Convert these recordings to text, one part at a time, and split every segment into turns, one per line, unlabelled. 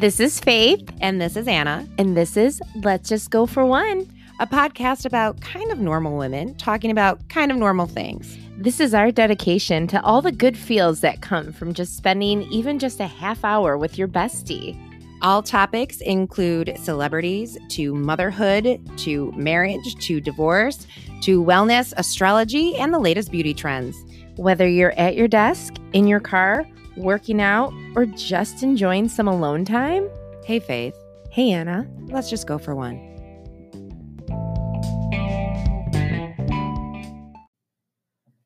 This is Faith,
And this is Anna,
and this is Let's Just Go for One.
a podcast about kind of normal women talking about kind of normal things.
This is our dedication to all the good feels that come from just spending even just a half hour with your bestie.
All topics include celebrities to motherhood, to marriage, to divorce, to wellness, astrology, and the latest beauty trends.
Whether you're at your desk, in your car, working out, or just enjoying some alone time.
Hey, Faith,
Hey, Anna.
let's just go for one.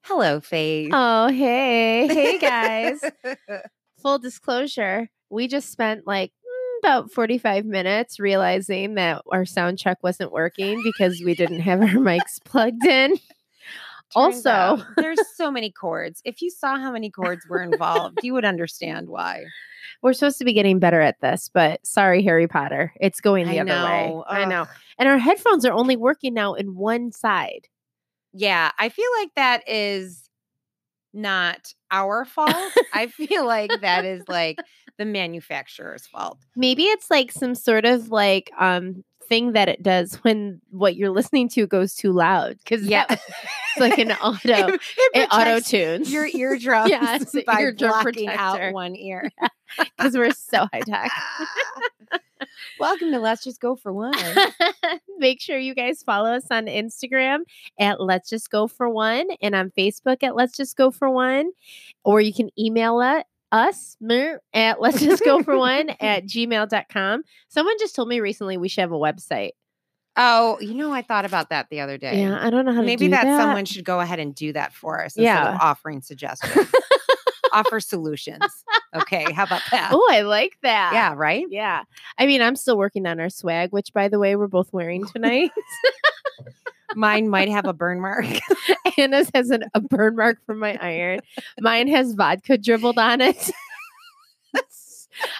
Hello, Faith.
Oh, hey. Hey, guys. Full disclosure, we just spent like mm, about 45 minutes realizing that our sound check wasn't working because we didn't have our mics plugged in.
Turns
Also-
out, there's so many chords. If you saw how many chords were involved, you would understand why.
We're supposed to be getting better at this, but sorry, Harry Potter. It's going the
I
other
know.
way. I
Ugh.
know. And our headphones are only working now in one side.
Yeah, I feel like that is not our fault. I feel like that is like the manufacturer's fault.
Maybe it's like some sort of like um thing that it does when what you're listening to goes too loud. Cause yeah, it's like an auto
it,
it auto
protects
tunes.
your eardrums
Yeah, it's an
by
eardrum
blocking out
protector.
one ear.
because we're so high tech.
Welcome to Let's Just Go for One.
Make sure you guys follow us on Instagram at Let's Just Go For One and on Facebook at Let's Just Go For One. Or you can email it, us mer, at Let's Just Go For One at gmail.com. Someone just told me recently we should have a website.
Oh, you know, I thought about that the other day.
Yeah, I don't know how
Maybe
to do
that,
that.
someone should go ahead and do that for us instead
Yeah.
of offering suggestions. Offer solutions. Okay, how about that?
Oh, I like that.
Yeah, right?
Yeah. I mean, I'm still working on our swag, which by the way, we're both wearing tonight.
Mine might have a burn mark.
Anna's has an, a burn mark from my iron. Mine has vodka dribbled on it.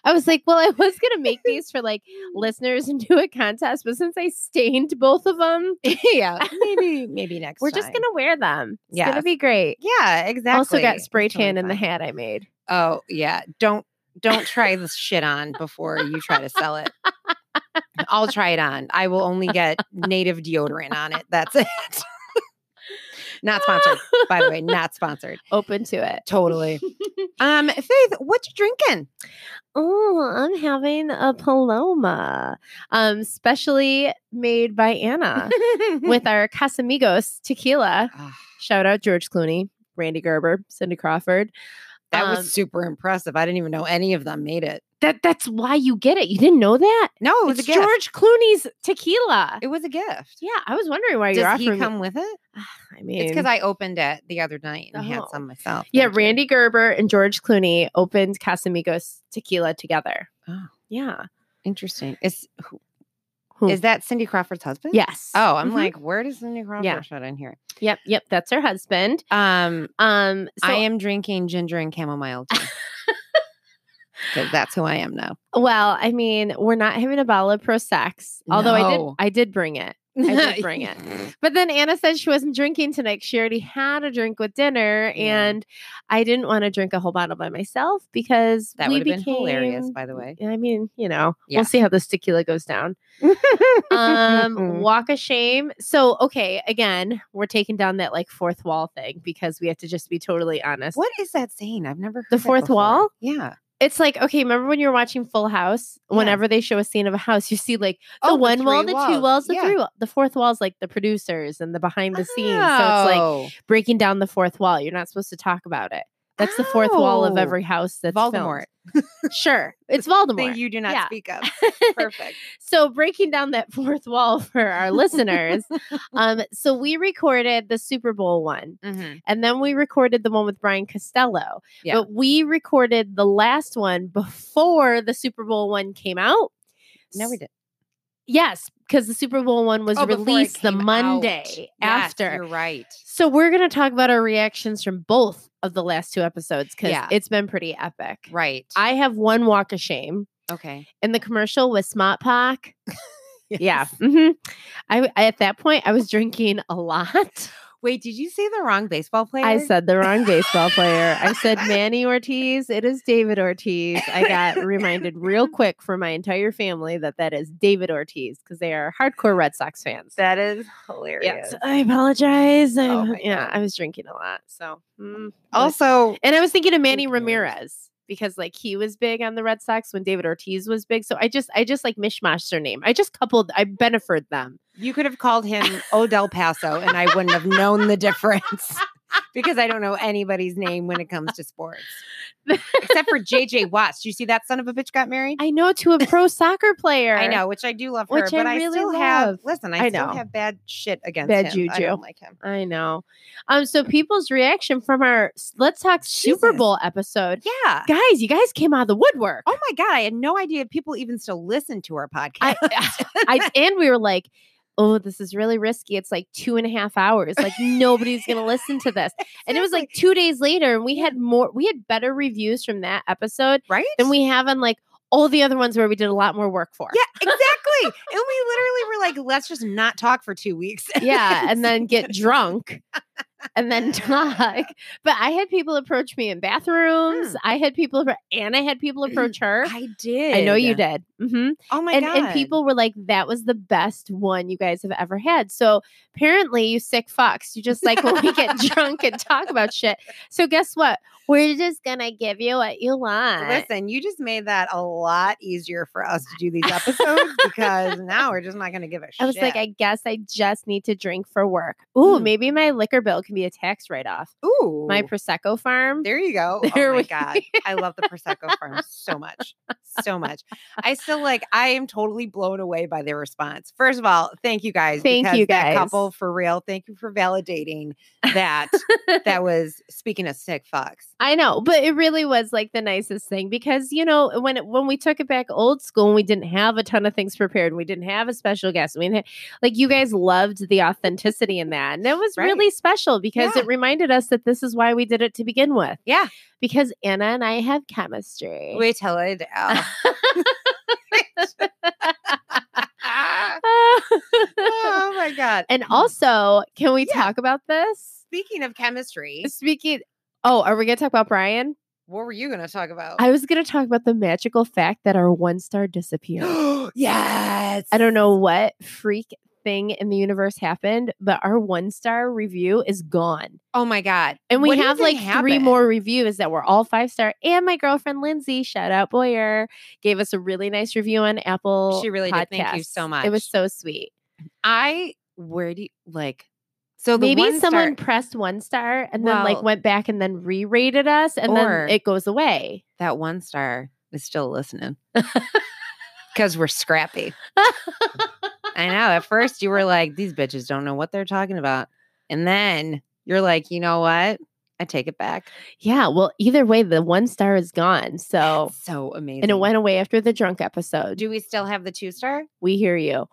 I was like, well, I was gonna make these for like listeners and do a contest, but since I stained both of them,
yeah, maybe maybe next.
we're just
time.
gonna wear them. It's
Yes.
gonna be great.
Yeah, exactly.
Also got
It's
spray
totally
tan in the
fine.
hat I made.
Oh yeah, don't don't try this shit on before you try to sell it. I'll try it on. I will only get native deodorant on it. That's it. not sponsored, by the way. Not sponsored.
Open to it.
Totally. Um, Faith, what you drinking?
Oh, I'm having a Paloma, um, specially made by Anna with our Casamigos tequila.
Ah,
Shout out George Clooney, Randy Gerber, Cindy Crawford.
that
Um,
was super impressive. I didn't even know any of them made it.
That that's why you get it. You didn't know that?
No, it was
it's
a gift.
George Clooney's tequila.
It was a gift.
yeah, I was wondering why you're
Does he
offering.
come with it?
me. I mean,
It's because I opened it the other night and had
Oh.
some myself.
yeah,
Thank you.
Randy Gerber and George Clooney opened Casamigos tequila together.
Oh.
Yeah.
Interesting. Is who-
Who?
is that Cindy Crawford's husband?
Yes.
Oh, I'm
Mhm.
like, where does Cindy Crawford
Yeah.
shut in here?
Yep. Yep. That's her husband.
Um,
Um. So,
I am drinking ginger and chamomile tea. Because that's who I am now.
Well, I mean, we're not having a bottle of Prosex, although I did.
No.
I did bring it. I did bring
it.
But then Anna said she wasn't drinking tonight. She already had a drink with dinner,
Yeah.
and I didn't want to drink a whole bottle by myself because
That
we
would have been hilarious,
became-
by the way.
I mean, you know,
Yeah.
we'll see how this tequila goes down. Um, walk of shame. So, okay, again, we're taking down that like fourth wall thing because we have to just be totally honest.
what is that saying? I've never heard
The
that
fourth
before.
wall?
Yeah.
It's like, okay, remember when you're watching Full House?
Yeah.
Whenever they show a scene of a house, you see like the
Oh,
one
the
wall, the
three
two
walls.
walls, the
Yeah.
three wall. The fourth wall is like the producers and the behind the scenes. So it's like
Oh,
breaking down the fourth wall. You're not supposed to talk about it. That's the fourth wall of
Oh.
every house that's filmed.
Voldemort.
Sure. It's Voldemort.
Thing you do not
Yeah.
speak of. Perfect.
so breaking down that fourth wall for our listeners. um, so we recorded the Super Bowl one
Mhm.
and then we recorded the one with Brian Costello.
Yeah.
But we recorded the last one before the Super Bowl one came out.
No, we didn't.
Yes, because the Super Bowl one was
Oh, before it
released the
came out.
Monday
Yes,
after.
You're right.
So we're going to talk about our reactions from both of the last two episodes because
Yeah.
it's been pretty epic.
Right.
I have one walk of shame
okay.
in the commercial with Smart mm-hmm. Pack. Yeah. hmm I, I- at that point I was drinking a lot.
Wait, did you say the wrong baseball player?
I said the wrong baseball player. I said Manny Ortiz. It is David Ortiz. I got reminded real quick for my entire family that that is David Ortiz because they are hardcore Red Sox fans.
that is hilarious.
Yes, I apologize. I,
Oh my
yeah,
God.
I was drinking a lot, so mm.
Also,
and I was thinking of Manny
cares?
Ramirez because like he was big on the Red Sox when David Ortiz was big. So I just I just like mishmash their name. I just coupled I benefited them.
you could have called him Odell Paso, and I wouldn't have known the difference because I don't know anybody's name when it comes to sports, except for JJ Watts. Do you see that son of a bitch got married?
I know to a pro soccer player.
I know, which I do love her,
Which I
but I,
really
still have.
love.
Listen, I,
I
still
know.
have bad shit against
Bad
him. I don't
juju.
like him.
I know. Um, so people's reaction from our s- let's talk Super
Jesus.
Bowl episode.
Yeah.
Guys, you guys came out of the woodwork.
Oh my god, I had no idea people even still listen to our podcast.
I, I and we were like, oh, this is really risky. It's like two and a half hours. Like nobody's gonna listen to this. And it was like two days later, and we had more we had better reviews from that episode
right?
than we have on like all the other ones where we did a lot more work for.
Yeah, exactly. and we literally were like, let's just not talk for two weeks.
yeah and then get drunk and then talk but i had people approach me in
Hmm.
bathrooms i had people appro- and i had people approach her
I did.
i know you did hmm
Oh my
and,
god.
and people were like that was the best one you guys have ever had so apparently you sick fucks you just like when we get drunk and talk about shit so guess what we're just gonna give you what you want
Listen, you just made that a lot easier for us to do these episodes because now we're just not going to give a shit.
I was like, I guess I just need to drink for work. Ooh,
Mm.
maybe my liquor bill can be a tax write-off.
ooh,
My prosecco farm.
There you go.
There
oh my
we-
god, I love the prosecco farm so much, so much. I still like. I am totally blown away by their response. First of all, thank you guys.
Thank
because
you
that
guys.
couple for real. Thank you for validating that. that was speaking of sick fucks.
I know, but it really was like the nicest thing because you know when it, when we took it back old school and we didn't have a ton of things prepared and we didn't have a special guest. I mean, like you guys loved the authenticity in that, and it was
Right.
really special because
Yeah.
it reminded us that this is why we did it to begin with.
Yeah,
Because Anna and I have chemistry.
we tell it. out. oh my god.
Ah, and also, can we
Yeah.
talk about this?
Speaking of chemistry,
Speaking. Oh, are we gonna talk about Brian?
what were you going to talk about?
I was gonna talk about the magical fact that our one star disappeared.
yes.
I don't know what freak thing in the universe happened, but our one star review is gone.
Oh my god.
And we
What
have
even
like three
happened?
more reviews that were all five star. And my girlfriend Lindsay, shout out Boyer, gave us a really nice review on Apple.
She really did. Thank you
Podcasts.
so
It was
much.
so sweet.
I where do you like so the
Maybe
one
someone
star-
pressed one star and then
Well-
like went back and then re-rated us and
Or-
then it goes away.
that one star is still listening because we're scrappy. I know. At first, you were like, "These bitches don't know what they're talking about," and then you're like, "You know what? I take it back."
Yeah. Well, either way, the one star is gone. So
That's so amazing.
Oh. and it went away after the drunk episode.
Do we still have the two star?
We hear you.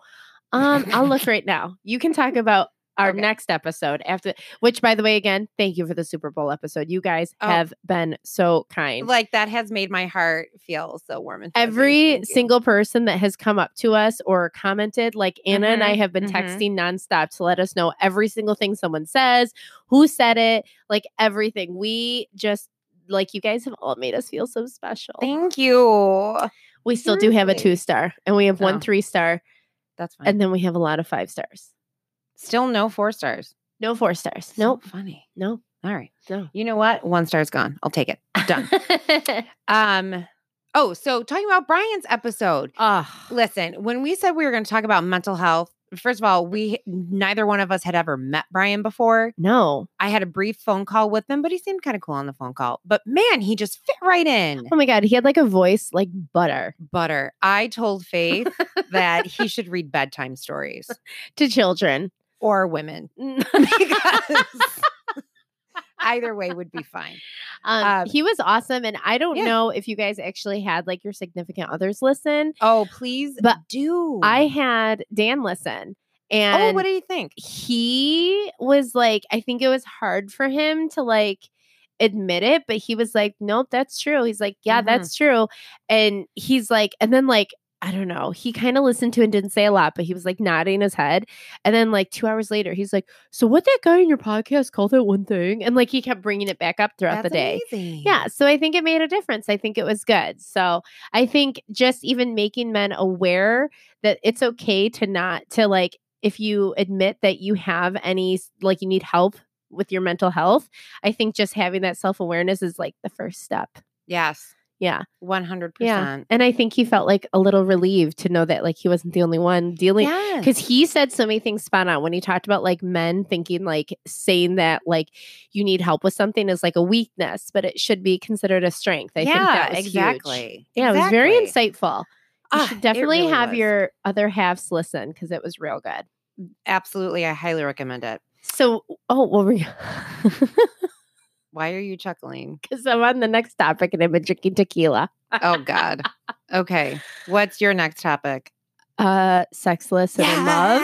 Um, I'll look right now. You can talk about our
Okay.
next episode after which by the way again, thank you for the Super Bowl episode. You guys
Oh.
have been so kind.
Like that has made my heart feel so warm and fuzzy.
Every
Thank you.
single person that has come up to us or commented, like Anna and I
Mhm,
have been
mhm.
texting nonstop to let us know every single thing someone says, who said it, like everything. We just like you guys have all made us feel so special.
Thank you.
we still do have a
seriously.
two star and we have
Oh.
one three star
That's fine.
and then we have a lot of five stars.
still no four stars.
No four stars.
So
Nope.
Funny.
No.
All right.
No.
You know what? One star's gone. I'll take it. Done. Um. Oh, so talking about Brian's episode.
oh,
Listen, when we said we were going to talk about mental health, first of all, we neither one of us had ever met Brian before.
no.
I had a brief phone call with him, but he seemed kind of cool on the phone call. But man, he just fit right in.
Oh my God. He had like a voice like butter
Butter. I told Faith that he should read bedtime stories
to children.
or women
Mm.
because either way would be fine.
Um,
Um,
he was awesome. And I don't
yeah.
know if you guys actually had like your significant others listen.
Oh, please
But
do.
I had Dan listen. And
Oh, what do you think?
he was like, I think it was hard for him to like admit it, but he was like, nope, that's true. He's like, yeah,
Mhm.
that's true. And he's like, and then like, I don't know. He kind of listened to it and didn't say a lot, but he was like nodding his head. And then, like, two hours later, he's like, So, what that guy in your podcast called that one thing? And like, he kept bringing it back up throughout the day.
amazing.
Yeah. So I think it made a difference. I think it was good. So I think just even making men aware that it's okay to not, to like, if you admit that you have any, s- like, you need help with your mental health, I think just having that self awareness is like the first step.
Yes.
Yeah.
One hundred
Yeah.
percent.
And I think he felt like a little relieved to know that, like, he wasn't the only one dealing.
Yes.
Because he said so many things spot on when he talked about like men thinking like saying that like you need help with something is like a weakness, but it should be considered a strength. I
yeah,
think that was
exactly.
huge. Yeah, it was very
Exactly.
insightful. You
Ah,
should
it
definitely
really
have
was.
your other halves listen because it was real good.
absolutely. I highly recommend it.
So, oh well, because
Why are you chuckling?
I'm on the next topic and I've been drinking tequila.
Oh God. okay. What's your next topic?
Uh, sexless and in love.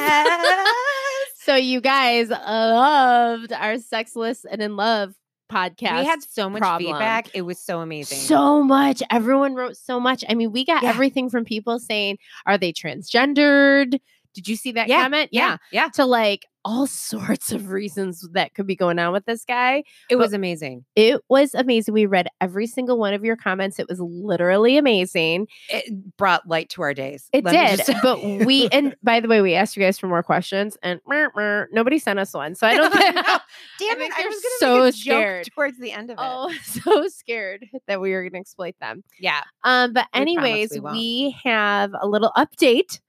So you guys loved our sexless and in love podcast.
We had so much
problem.
feedback. It was so amazing.
So much. Everyone wrote so much. I mean, we got
Yeah.
everything from people saying, "Are they transgendered?" Did you see that
Yeah,
comment?
yeah, yeah.
To like all sorts of reasons that could be going on with this guy.
It
But-
was amazing.
It was amazing. We read every single one of your comments. It was literally amazing.
It brought light to our days.
It
Let me just
did.
tell
But
you.
we and by the way, we asked you guys for more questions and mer, mer, nobody sent us one. So I don't think
No, Damn
think
it! I
you're
was gonna
so
make a joke
scared.
towards the end of it.
Oh, so scared that we were going to exploit them.
Yeah.
Um, but
We promise
anyways,
we
we,
won't.
have a little update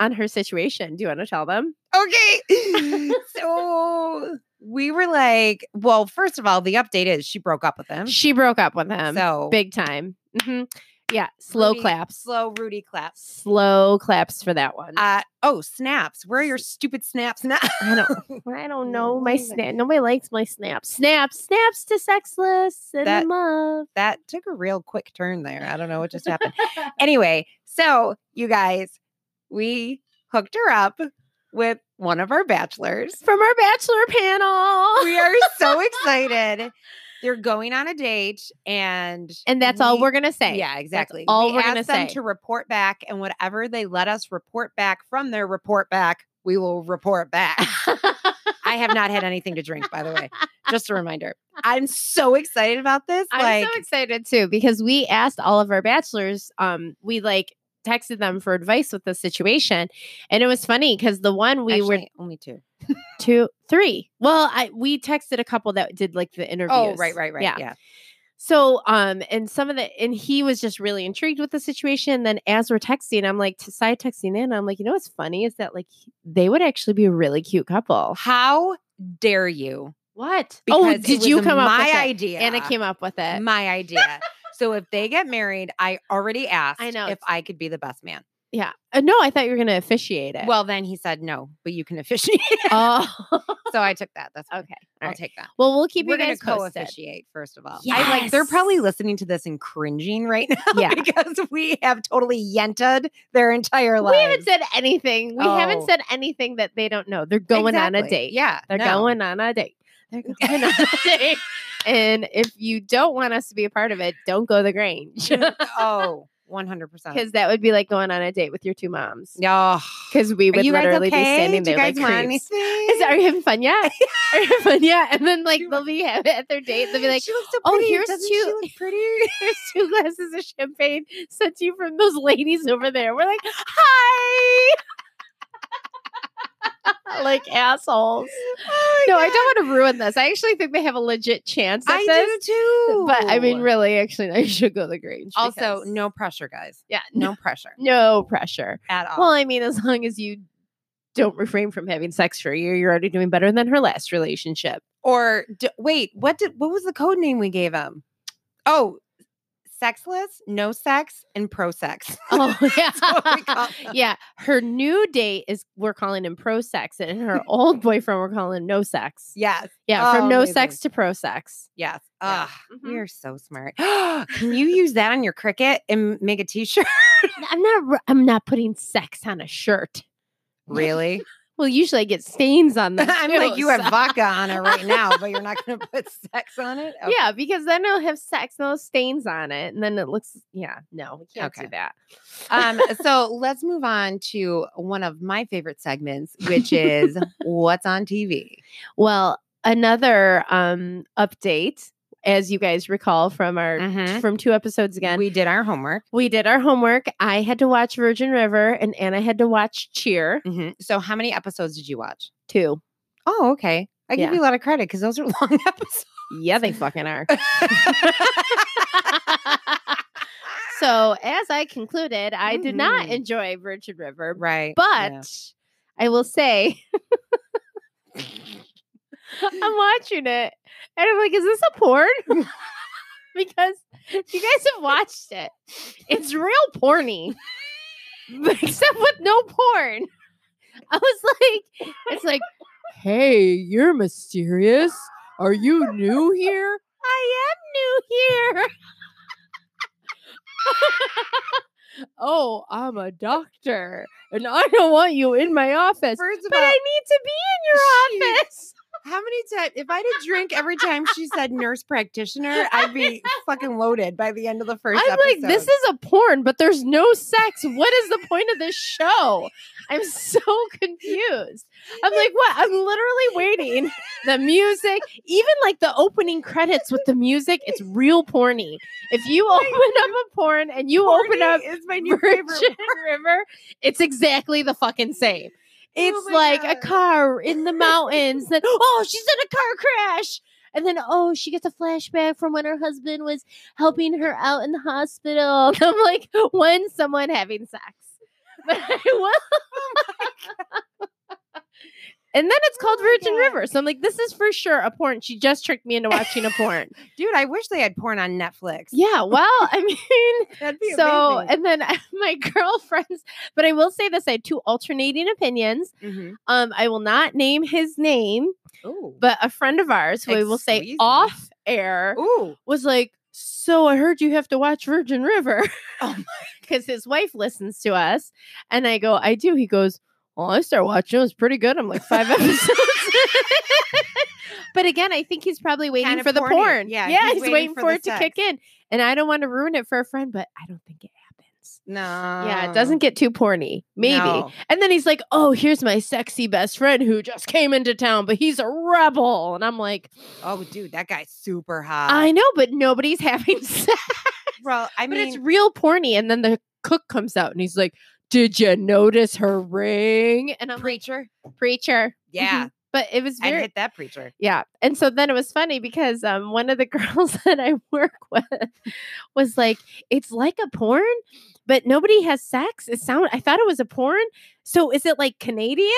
on her situation. Do you want to tell them?
Okay. so we were like, well, first of all, the update is she broke up with him.
She broke up with him,
so
big time. Mhm. Yeah, slow
Rudy-
claps,
slow Rudy claps.
slow claps for that one.
Uh, oh, snaps. Where are your stupid snaps now?
I don't, I don't know my
Amazing.
snap. Nobody likes my snaps. Snaps, snaps to sexless and
That-
in love.
that took a real quick turn there. I don't know what just happened. anyway, so you guys, we hooked her up with one of our bachelors.
From our bachelor panel,
We are so excited. They're going on a date, and
and that's all
we-
we're gonna say.
Yeah, exactly.
all
we
we're
asked
gonna
them
say.
to report back, and whatever they let us report back from their report back, we will report back. I have not had anything to drink, by the way. Just a reminder. I'm so excited about this.
I'm
like,
so excited too because we asked all of our bachelors. Um, we like texted them for advice with the situation, and it was funny because the one we were
actually, only two.
two, three. Well, I we texted a couple that did like the interviews.
Oh, right, right, right.
Yeah.
Yeah.
So, um, and some of the and he was just really intrigued with the situation. And then as we're texting, I'm like t- side texting in. I'm like, you know what's funny is that like he- they would actually be a really cute couple.
How dare you?
What? oh,
Because it
did
was
you come up
my
with it?
idea?
Anna came up with it.
my idea. so if they get married, I already asked
know,
if
it's-
I could be the best man.
yeah. Uh, no, I thought you were gonna officiate it.
Well, then he said no, but you can officiate.
oh,
so I took that. That's fine.
okay.
I'll
right.
take that.
Well, we'll keep
We're
you guys
gonna
posted.
co-officiate first of all. I like they're
Yes.
probably listening to this and cringing right now
Yeah.
because we have totally yented their entire life.
We haven't said anything. We haven't
Oh.
said anything that they don't know. They're going on a date.
Yeah,
They're
no.
going on a date. They're going on a date. And if you don't want us to be a part of it, don't go to the Grange
oh, one hundred percent.
because that would be like going on a date with your two moms.
Yeah.
Because we
Are
would
you guys
literally
okay?
be standing
Do
there
you guys
like
want
creeps.
anything?
Is, are you having fun yet? Are you having fun yet? And then like
Do you
they'll be ha- at their date, they'll be like,
she looks so
"Oh,
pretty.
here's
Doesn't
two-
She look pretty. Oh,
"Here's two glasses of champagne sent to you from those ladies over there." We're like, "Hi." like assholes.
Oh,
No,
my
I
God.
don't want to ruin this. I actually think they have a legit chance at
I
this.
do too.
But I mean, really, actually, no, you should go to the Grange.
also
because-
no pressure, guys.
yeah, no,
No pressure
no pressure.
at all.
Well, I mean, as long as you don't refrain from having sex for a year, you're already doing better than her last relationship.
or d- wait, what did what was the code name we gave him? Oh, sexless, no sex, and pro sex.
Oh
what we
yeah,
call them.
yeah. Her new date is we're calling him pro sex, and her old boyfriend we're calling him no sex. Yeah,
yes,
from
Oh,
no
amazing.
sex to pro sex.
yes.
Yeah.
Ugh,
Mhm.
You're so smart. Can you use that on your cricket and make a t-shirt?
I'm not. I'm not putting sex on a shirt.
really?
Well, usually I get stains on them.
I'm like,
too,
you have
so-
vodka on it right now, but you're not going to put sex on it? Okay.
Yeah, because then it'll have sex and those stains on it. And then it looks, yeah, no, we can't do
Okay.
that.
Um, so let's move on to one of my favorite segments, which is what's on TV.
Well, another um update, as you guys recall from our
Mhm.
from two episodes Mm-hmm. again.
We did our homework.
we did our homework. I had to watch Virgin River and Anna had to watch Cheer
Mhm. So, how many episodes did you watch?
too.
Oh, okay. I give
Yeah.
you a lot of credit because those are long episodes.
Yeah, they fucking are. so, as I concluded, I did not
Mhm.
enjoy Virgin River,
right.
but
yeah.
I will say I'm watching it and I'm like, is this a porn? because you guys have watched it. It's real porny, except with no porn. I was like, it's like, hey, you're mysterious. Are you new here? I am new here. oh, I'm a doctor and I don't want you in my office.
First of
But I
all,
need to be in your
Jeez.
office.
how many times? If I had a drink every time she said nurse practitioner, I'd be fucking loaded by the end of the 1st
I'm
episode.
like, this is a porn, but there's no sex. What is the point of this show? I'm so confused. I'm like, what? I'm literally waiting. The music, even like the opening credits with the music, it's real porny. If you open up a porn and you open up
Horny is my new favorite
Virgin River, it's exactly the fucking same. It's
Oh my
like
God.
a car in the mountains. Then oh, she's in a car crash, and then oh, she gets a flashback from when her husband was helping her out in the hospital. And I'm like, when someone having sex, but I will. And then it's called
Oh my
Virgin
God.
River. So I'm like, this is for sure a porn. She just tricked me into watching a porn.
Dude, I wish they had porn on Netflix.
yeah, well, I mean,
That'd be
so
amazing.
and then my girlfriends but i will say this i had two alternating opinions
Mhm.
um i will not name his name
Ooh.
but a friend of ours who we will say
Excuse me.
off air
Ooh.
was like so i heard you have to watch virgin river
Oh my
because his wife listens to us and i go i do he goes well i start watching it was pretty good i'm like five episodes But again, I think he's probably waiting
Kinda
for the
porny.
porn.
Yeah,
yeah,
he's
he's,
waiting
waiting
for
for
the
it to kick in. And I don't want to ruin it for a friend, but I don't think it happens.
No.
Yeah,
Um,
it doesn't get too porny. Maybe. And then he's like, oh, here's my sexy best friend who just came into town, but he's a rebel. And I'm like,
Oh, dude, that guy's super hot.
I know, but nobody's having sex.
Well, Ah. I
but
mean,
it's real porny. And then the cook comes out and he's like, did you notice her ring? And I'm
preacher.
like, preacher.
Yeah,
But it was
I'd
Mm-hmm. very,
hit that preacher.
yeah. And so then it was funny because um, one of the girls that I work with was like, "It's like a porn, but nobody has sex." It sound I thought it was a porn. So is it like Canadian?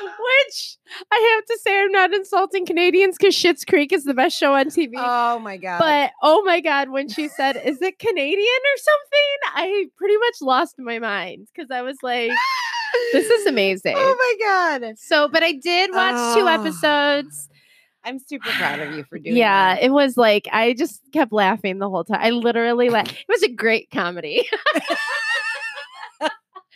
Which I have to say, I'm not insulting Canadians because Shit's Creek is the best show on TV.
Oh my god.
but oh my god, when she said, "Is it Canadian or something?" I pretty much lost my mind because I was like, "This is amazing."
Oh my god.
So, but I did watch two
Oh.
episodes.
I'm super proud of you for doing
yeah,
that.
it was like I just kept laughing the whole time. I literally laughed. It was a great comedy.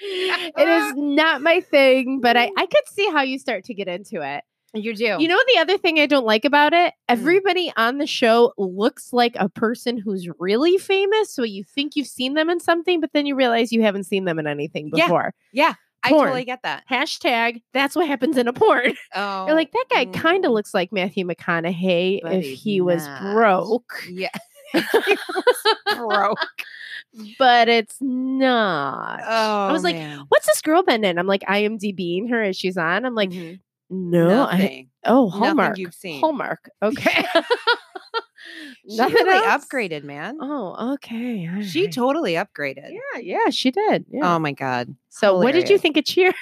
it is not my thing, but
Oh.
I, I could see how you start to get into it.
You do.
You know, the other thing I don't like about
Mm.
it everybody on the show looks like a person who's really famous. So you think you've seen them in something, but then you realize you haven't seen them in anything
Yeah.
before.
yeah, I
porn.
totally get that.
Hashtag that's what happens in a porn.
Oh,
You're like, that guy kind of
mm,
looks like Matthew McConaughey
But
if
he's
he was
not.
broke,
Yeah. He was broke.
but it's not.
Oh,
I was like, what's this girl been in? I'm like, IMDBing her as she's on. I'm like, no, I,
Mm-hmm. nothing.
oh,
Nothing
Hallmark.
you've seen.
Hallmark. Okay.
She
Nothing
really
else?
upgraded, man.
Oh, okay. all
She
right.
totally upgraded.
Yeah, yeah, she did. Yeah.
Oh my god.
so, what did you
hilarious.
think of Cheer?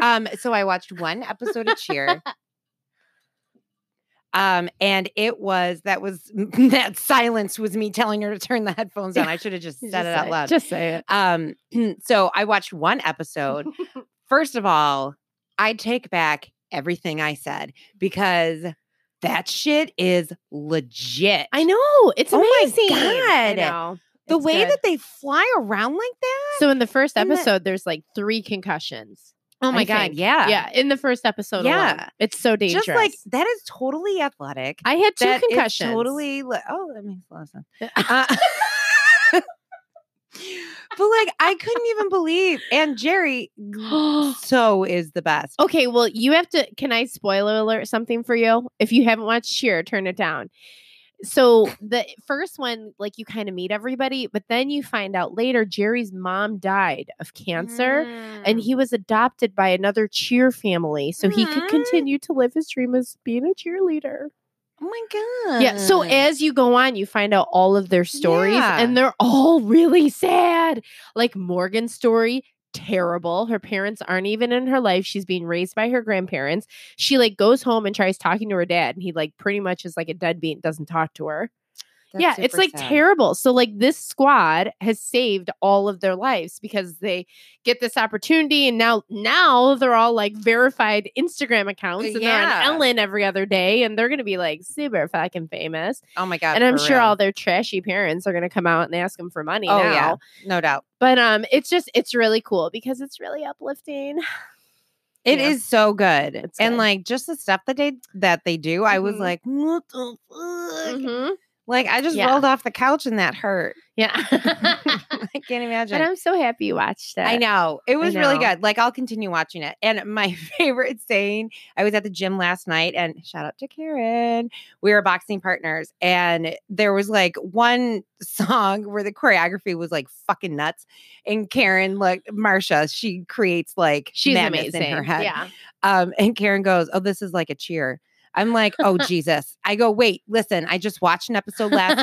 Um, so I watched one episode of Cheer. Um, and it was that was that silence was me telling her to turn the headphones on. I should have just said
Just
it out
say
loud.
Just say it.
Um, so I watched one episode. First of all, I take back everything I said because that shit is legit.
I know. It's
Oh my
amazing. I
God.
know.
the
It's
way
good.
that they fly around like that.
So in the first
in the-
episode, there's like three concussions.
Oh
my God,
yeah.
yeah, in the first episode. Yeah,
Yeah.
it's so dangerous.
Just like that is totally athletic.
I had two
That is
concussions.
Totally. li- oh, that makes a lot of sense. Uh, but like, I couldn't even believe. And Jerry, so is the best.
Okay, well, you have to. Can I spoiler alert something for you? If you haven't watched Sheer, turn it down. So the first one, like you kind of meet everybody, but then you find out later Jerry's mom died of cancer,
Mm.
and he was adopted by another cheer family, so he could
Aw.
continue to live his dream as being a cheerleader.
oh my god.
Yeah. So as you go on, you find out all of their stories,
Yeah.
and they're all really sad. Like Morgan's story, terrible. Her parents aren't even in her life. She's being raised by her grandparents. She like goes home and tries talking to her dad, and he like pretty much is like a deadbeat, and doesn't talk to her.
That's
yeah, it's
super
like
sad.
terrible. So like this squad has saved all of their lives because they get this opportunity, and now now they're all like verified Instagram accounts, and they're
Uh, yeah.
on Ellen every other day, and they're gonna be like super fucking famous
Oh my god.
and I'm
for
sure
real.
all their trashy parents are going to come out and ask them for money
Oh
now.
yeah. No doubt.
But um, it's just it's really cool because it's really uplifting.
It is
Yeah.
so good.
It's
and
good.
like just the stuff that they that they do, I was
Mhm.
like, what the fuck? Like I just
Mm-hmm. Yeah.
rolled off the couch and that hurt.
Yeah,
I can't imagine.
but I'm so happy you watched it.
I know. It was really
know.
good. Like I'll continue watching it. And my favorite saying, I was at the gym last night and shout out to Karen. We were boxing partners and there was like one song where the choreography was like fucking nuts and Karen like Marsha, she creates like
She's
madness
amazing.
in her head.
Yeah,
Um, and Karen goes, Oh, this is like a cheer. I'm like, Oh, Jesus. I go, Wait, listen, I just watched an episode last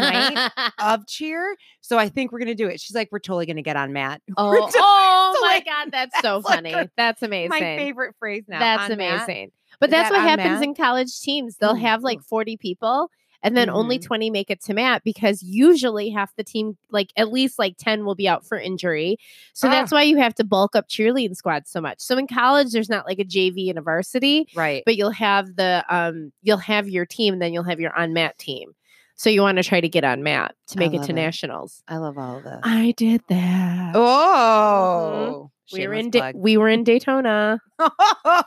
night of cheer. So I think we're going to do it. She's like, We're totally going to get on Matt. We're
oh,
totally-
oh
so,
my
like,
god, that's so
that's like
funny.
her-
that's amazing.
My favorite phrase now.
that's
on Matt.
amazing. But
Is
that's
that Mm-hmm.
what
on
happens
Matt?
in college teams. They'll have like 40 people and then only
Mhm.
20 make it to mat because usually half the team, like at least like 10 will be out for injury. So
Ah.
that's why you have to bulk up cheerleading squads so much. So in college, there's not like a JV and a varsity,
Right.
but you'll have the, um, you'll have your team, then you'll have your on mat team. So you want to try to get on mat to
I
make it
love
to
it.
nationals.
I love all of this.
I did that.
Oh,
we were
shameless
in da-
plug.
we were in Daytona. That's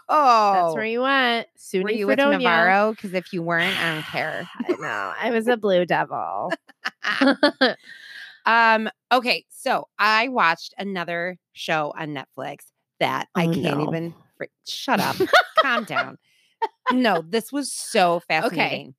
Oh.
where you went. Soon
Were you with Navarro? Because if you weren't, I don't care.
I know. I was a blue devil.
Um, okay, so I watched another show on Netflix that I
Oh,
can't
no.
even fr- shut up. Calm down. No, this was so fascinating.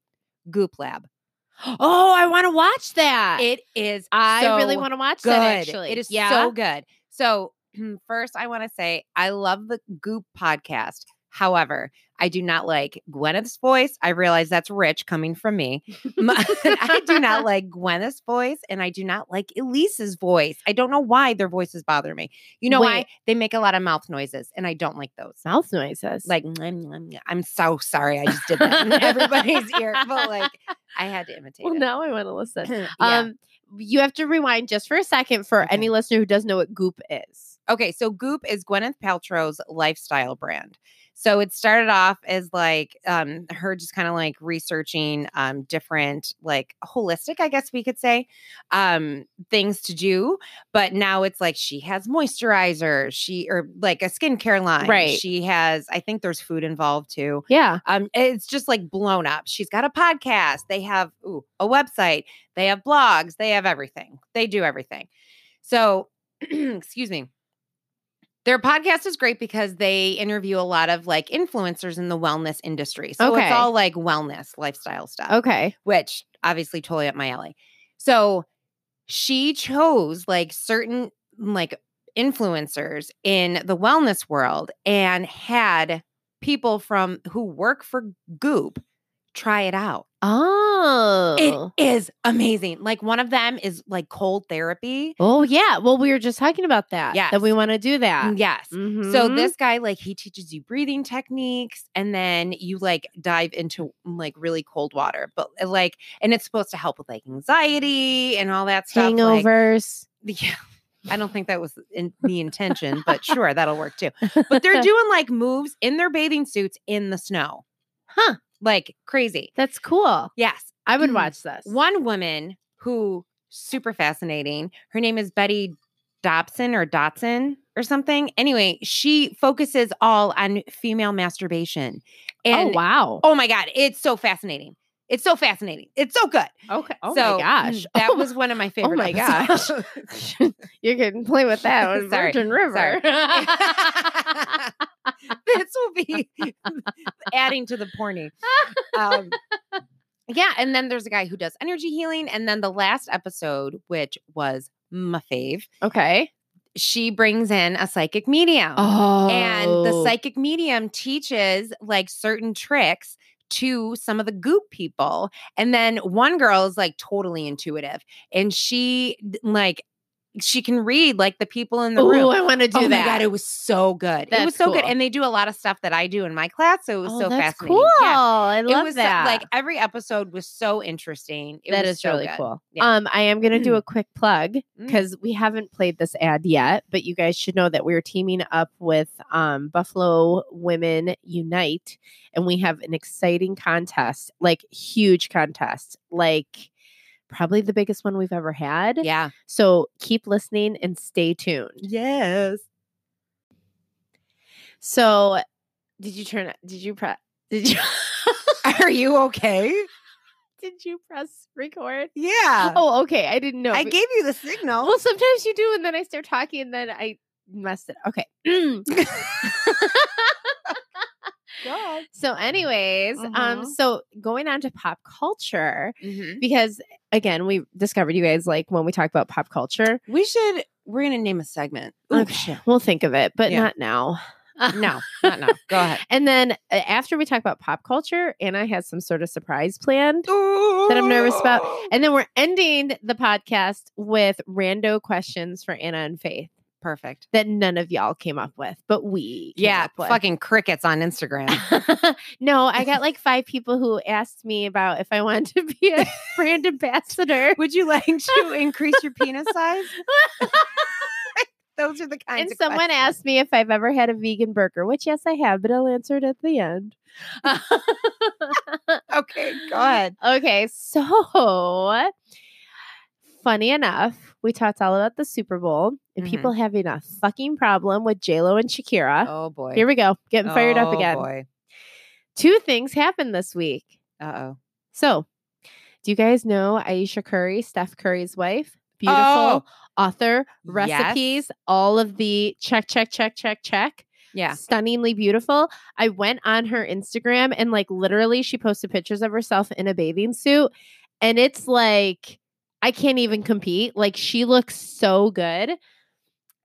Goop Lab.
oh, I want to watch that.
It is
I really
so
want to watch
good.
that actually.
It is
yeah.
so good. So first I want to say I love the Goop podcast. However, I do not like Gwyneth's voice. I realize that's rich coming from me. M- I do not like Gwyneth's voice and I do not like Elise's voice. I don't know why their voices bother me. You know why?
Wait.
They make a lot of mouth noises and I don't like those.
mouth noises.
Like, I'm so sorry. I just did that in everybody's ear. But like, I had to imitate
well,
it.
now I want to listen.
Yeah.
Um, you have to rewind just for a second for any
Okay.
listener who doesn't know what Goop is.
Okay, so Goop is Gwyneth Paltrow's lifestyle brand. So it started off as like um, her just kind of like researching um, different, like holistic, I guess we could say, um, things to do. But now it's like she has moisturizer, she or like a skincare line.
Right.
She has, I think there's food involved too.
Yeah.
Um, it's just like blown up. She's got a podcast. They have ooh, a website. They have blogs. They have everything. They do everything. So, excuse me. Their podcast is great because they interview a lot of like influencers in the wellness industry. So
Okay.
it's all like wellness, lifestyle stuff
Okay.
which obviously totally up my alley. So she chose like certain mm, like influencers in the wellness world and had people from who work for Goop try it out.
Oh.
It is amazing. Like one of them is like cold therapy.
oh yeah. Well, we were just talking about that. That we
Yes.
want to do that.
Yes. So
Mhm.
this guy like he teaches you breathing techniques and then you like dive into mm, like really cold water. But eh, like and it's supposed to help with like anxiety and all that stuff. like-
hangovers.
Yeah. I don't think that was in the intention, but sure, that'll work too. But they're doing like moves in their bathing suits in the snow.
Huh.
Like crazy.
That's cool.
Yes.
I would
Mm.
watch this.
One woman who super fascinating. Her name is Betty Dobson or Dotson or something. Anyway, she focuses all on female masturbation. And
oh wow.
oh my God, it's so fascinating. It's so fascinating. It's so good.
Okay. Oh
So,
my gosh.
That was one of my favorite.
Oh my
episodes.
gosh. you can play with that on
Sorry,
Virgin River.
this will be adding to the porny. Um, yeah, and then there's a guy who does energy healing, and then the last episode, which was my fave,
okay.
she brings in a psychic medium,
Oh.
and the psychic medium teaches like certain tricks to some of the goop people, and then one girl is like totally intuitive, and she like she can read like the people in the
Ooh,
room
I want to do
oh
that.
my god, it was so good. it was
That's
so good,
cool.
and they do a lot of stuff that I do in my class, so it was
oh,
so
that's
fascinating.
cool.
Yeah.
I
It
love
was so-
that.
like every episode was so interesting. It
that
was
is
so
really
good.
cool.
Yeah.
Um, I am going to do a quick plug
Mm.
because we haven't played this ad yet, but you guys should know that we're teaming up with um, Buffalo Women Unite, and we have an exciting contest, like huge contest, like probably the biggest one we've ever had.
Yeah.
So keep listening and stay tuned.
Yes.
So, did you turn? Did you press? Did you?
Are you okay?
did you press record?
Yeah.
Oh, okay. I didn't know.
I
Be-
gave you the signal.
Well, sometimes you do, and then I start talking, and then I messed it. Okay. so, anyways, um,
Mhm.
so going on to pop culture
Mm-hmm.
because again, we discovered you guys like when we talk about pop culture, um,
We should. We're gonna name a segment. Ooh, shit.
we'll think of it, but
Yeah.
not now.
No, not no. Go ahead.
And then uh, after we talk about pop culture, Anna has some sort of surprise planned.
That
I'm nervous about. And then we're ending the podcast with rando questions for Anna and Faith
Perfect.
that none of y'all came up with, but we came
Yeah.
up with.
Fucking crickets on Instagram.
no, I got like five people who asked me about if I wanted to be a brand ambassador.
Would you like to increase your penis size? Those are the kinds
And
of
someone
questions.
asked me if I've ever had a vegan burger, which yes, I have, but I'll answer it at the end.
Okay, go ahead.
Okay, so funny enough, we talked all about the Super Bowl and
Mhm.
people having a fucking problem with J Lo and Shakira.
Oh boy.
Here we go, getting fired up
Oh,
again.
Boy.
Two things happened this week.
Uh oh.
So, do you guys know Aisha Curry, Steph Curry's wife? Beautiful author,
Oh, Yes.
recipes, all of the check, check, check, check, check.
yeah.
Stunningly beautiful. I went on her Instagram and, like, literally, she posted pictures of herself in a bathing suit. And it's like, I can't even compete. Like, she looks so good.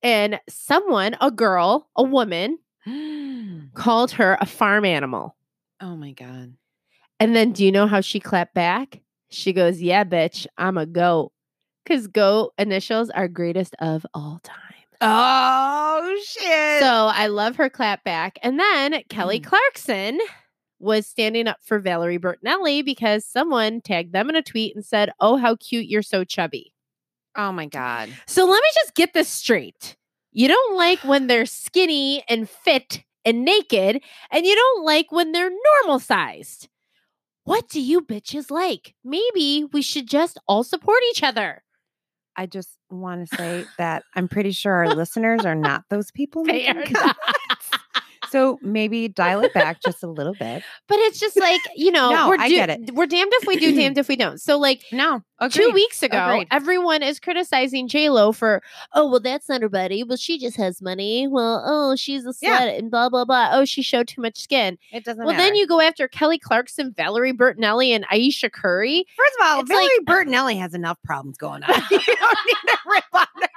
And someone, a girl, a woman,
oh
called her a farm animal.
my god.
And then do you know how she clapped back? She goes, Yeah, bitch, I'm a goat. Because goat initials are greatest of all time.
Oh shit.
So I love her clap back. And then Kelly
Mm.
Clarkson was standing up for Valerie Bertinelli because someone tagged them in a tweet and said, Oh, how cute, you're so chubby.
oh my god.
So let me just get this straight. You don't like when they're skinny and fit and naked, and you don't like when they're normal sized. What do you bitches like? Maybe we should just all support each other.
I just want to say that I'm pretty sure our listeners are not those people.
They
making
are
comments. So maybe dial it back just a little bit.
But it's just like, you know,
No,
we're,
I
do-
get it.
we're damned if we do, damned if we don't. So, like,
No.
two weeks ago,
Agreed.
everyone is criticizing JLo for, oh, well, that's not her body. Well, she just has money. Well, oh, she's a slut
Yeah.
and blah, blah, blah. Oh, she showed too much skin.
It doesn't
Well,
matter.
then you go after Kelly Clarkson, Valerie Bertinelli, and Aisha Curry.
First of all,
It's like-
Valerie Bertinelli has enough problems going on. you don't need to rip on her.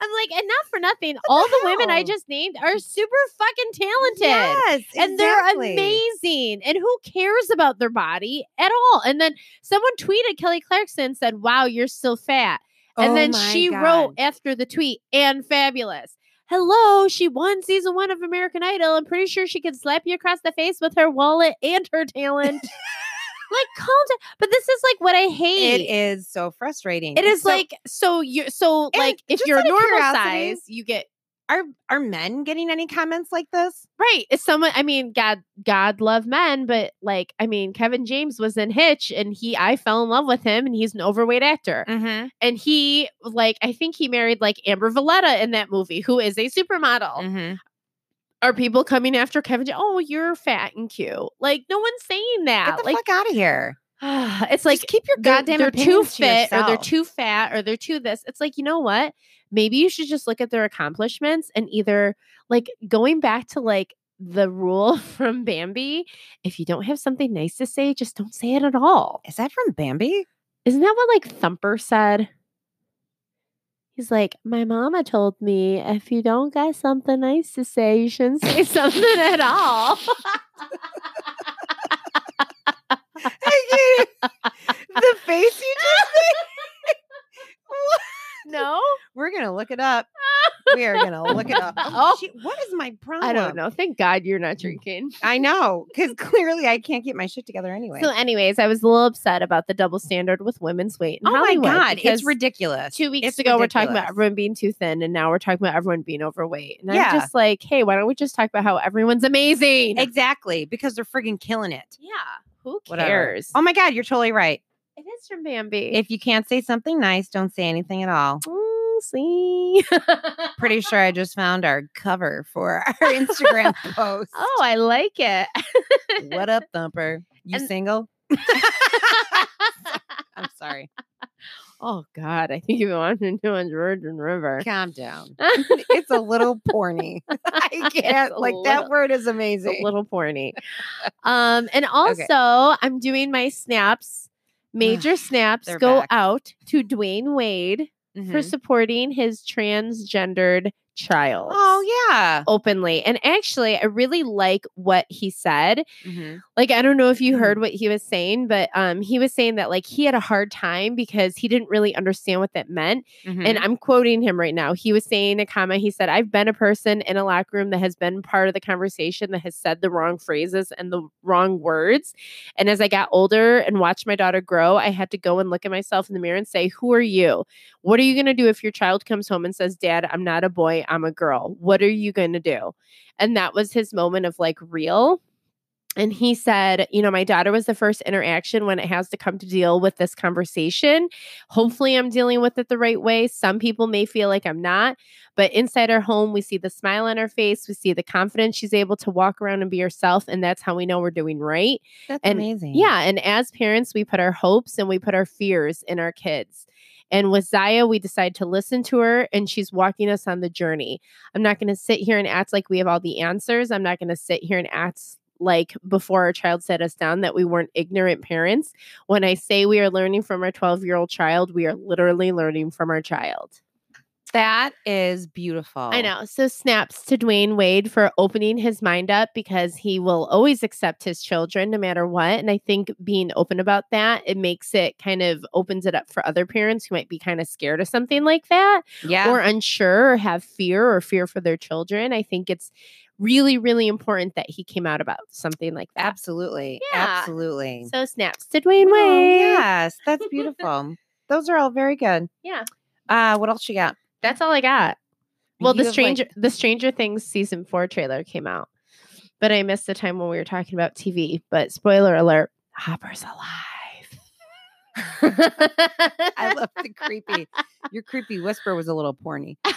I'm like, enough for nothing.
the
All the women I
hell?
just named are super fucking talented.
Yes,
And they're
exactly.
amazing. And who cares about their body at all? And then someone tweeted Kelly Clarkson said, Wow, you're still fat. And
Oh
then
my
she
God.
wrote after the tweet, and fabulous. Hello, she won season one of American Idol. I'm pretty sure she could slap you across the face with her wallet and her talent. like, calm down. But this is like what I hate.
It is so frustrating.
It is
So-
like so you so
And
like if
just
you're
out of
normal
curiosity-
size, you get
are are men getting any comments like this?
Right. It's someone I mean, God God love men, but like I mean, Kevin James was in Hitch and he I fell in love with him and he's an overweight actor.
Mm-hmm.
And he like I think he married like Amber Valletta in that movie, who is a supermodel.
Mm-hmm.
Are people coming after Kevin? Ja- Oh, you're fat and cute. Like no one's saying that.
Get the
like
fuck out of here.
it's like
Just keep your
they're-
goddamn
they're too
opinions to
fit or they're
yourself.
too fat or they're too this it's like you know what maybe you should just look at their accomplishments and either like going back to like the rule from bambi if you don't have something nice to say just don't say it at all
Is that from Bambi?
isn't that what like thumper said he's like my mama told me if you don't got something nice to say you shouldn't say something at all
I can't- the face you just made. What?
no
We're gonna look it up. We are gonna look it up.
Oh.
shit, what is my problem?
i don't know thank god you're
Mm.
not drinking
I know because clearly I can't get my shit together anyway.
So, anyways, I was a little upset about the double standard with women's weight. In
oh my
Hollywood
god, it's
because
ridiculous.
Two weeks
It's
ago, we're talking about
ridiculous.
everyone being too thin, and now we're talking about everyone being overweight. And
Yeah.
I'm just like, hey, why don't we just talk about how everyone's amazing?
Exactly because they're friggin' killing it.
yeah. Who
Whatever.
cares?
Oh my god, you're totally right.
it is from Bambi.
If you can't say something nice, don't say anything at all.
Mm, see.
Pretty sure I just found our cover for our Instagram post.
oh, I like it.
what up, Thumper? You
And-
single? I'm sorry.
oh God, I think you want to do on Jordan River.
Calm down. It's a little porny. I
a
can't like that
little-
word is
It's
amazing.
a little porny. Um, and also, I'm doing my snaps, major snaps
They're
go
back.
out to Dwayne Wade for
Mhm.
supporting his transgendered child.
Oh yeah.
Openly. And actually, I really like what he said.
Mhm.
Like, I don't know if you
Mhm.
heard what he was saying, but um, he was saying that like he had a hard time because he didn't really understand what that meant.
Mhm.
And I'm quoting him right now. He was saying a comment. He said, I've been a person in a locker room that has been part of the conversation that has said the wrong phrases and the wrong words. And as I got older and watched my daughter grow, I had to go and look at myself in the mirror and say, Who are you? What are you going to do if your child comes home and says, Dad, I'm not a boy, I'm a girl? What are you going to do? And that was his moment of like real. And he said, You know, my daughter was the first interaction when it has to come to deal with this conversation hopefully I'm dealing with it the right way. Some people may feel like I'm not, but inside our home, we see the smile on her face, we see the confidence she's able to walk around and be herself, and that's how we know we're doing right.
That's
and-
amazing.
Yeah, and as parents, we put our hopes and we put our fears in our kids. And with Zaya, we decide to listen to her, and she's walking us on the journey. I'm not going to sit here and act like we have all the answers. I'm not going to sit here and act like before our child set us down that we weren't ignorant parents. When I say we are learning from our 12 year old child, we are literally learning from our child.
That is beautiful.
I know. So snaps to Dwayne Wade for opening his mind up because he will always accept his children no matter what. And I think being open about that, it makes it kind of opens it up for other parents who might be kind of scared of something like that
Yeah.
or unsure or have fear or fear for their children. I think it's really, really important that he came out about something like that.
absolutely.
Yeah.
Absolutely.
So snaps to Dwayne
Oh,
Wade.
yes, that's beautiful. Those are all very good.
Yeah.
Uh, what else you got?
That's all I got. Well, the
You have, like-
Stranger the Stranger Things season four trailer came out, but I missed the time when we were talking about TV. But spoiler alert: Hopper's alive.
I love the creepy. Your creepy whisper was a little porny.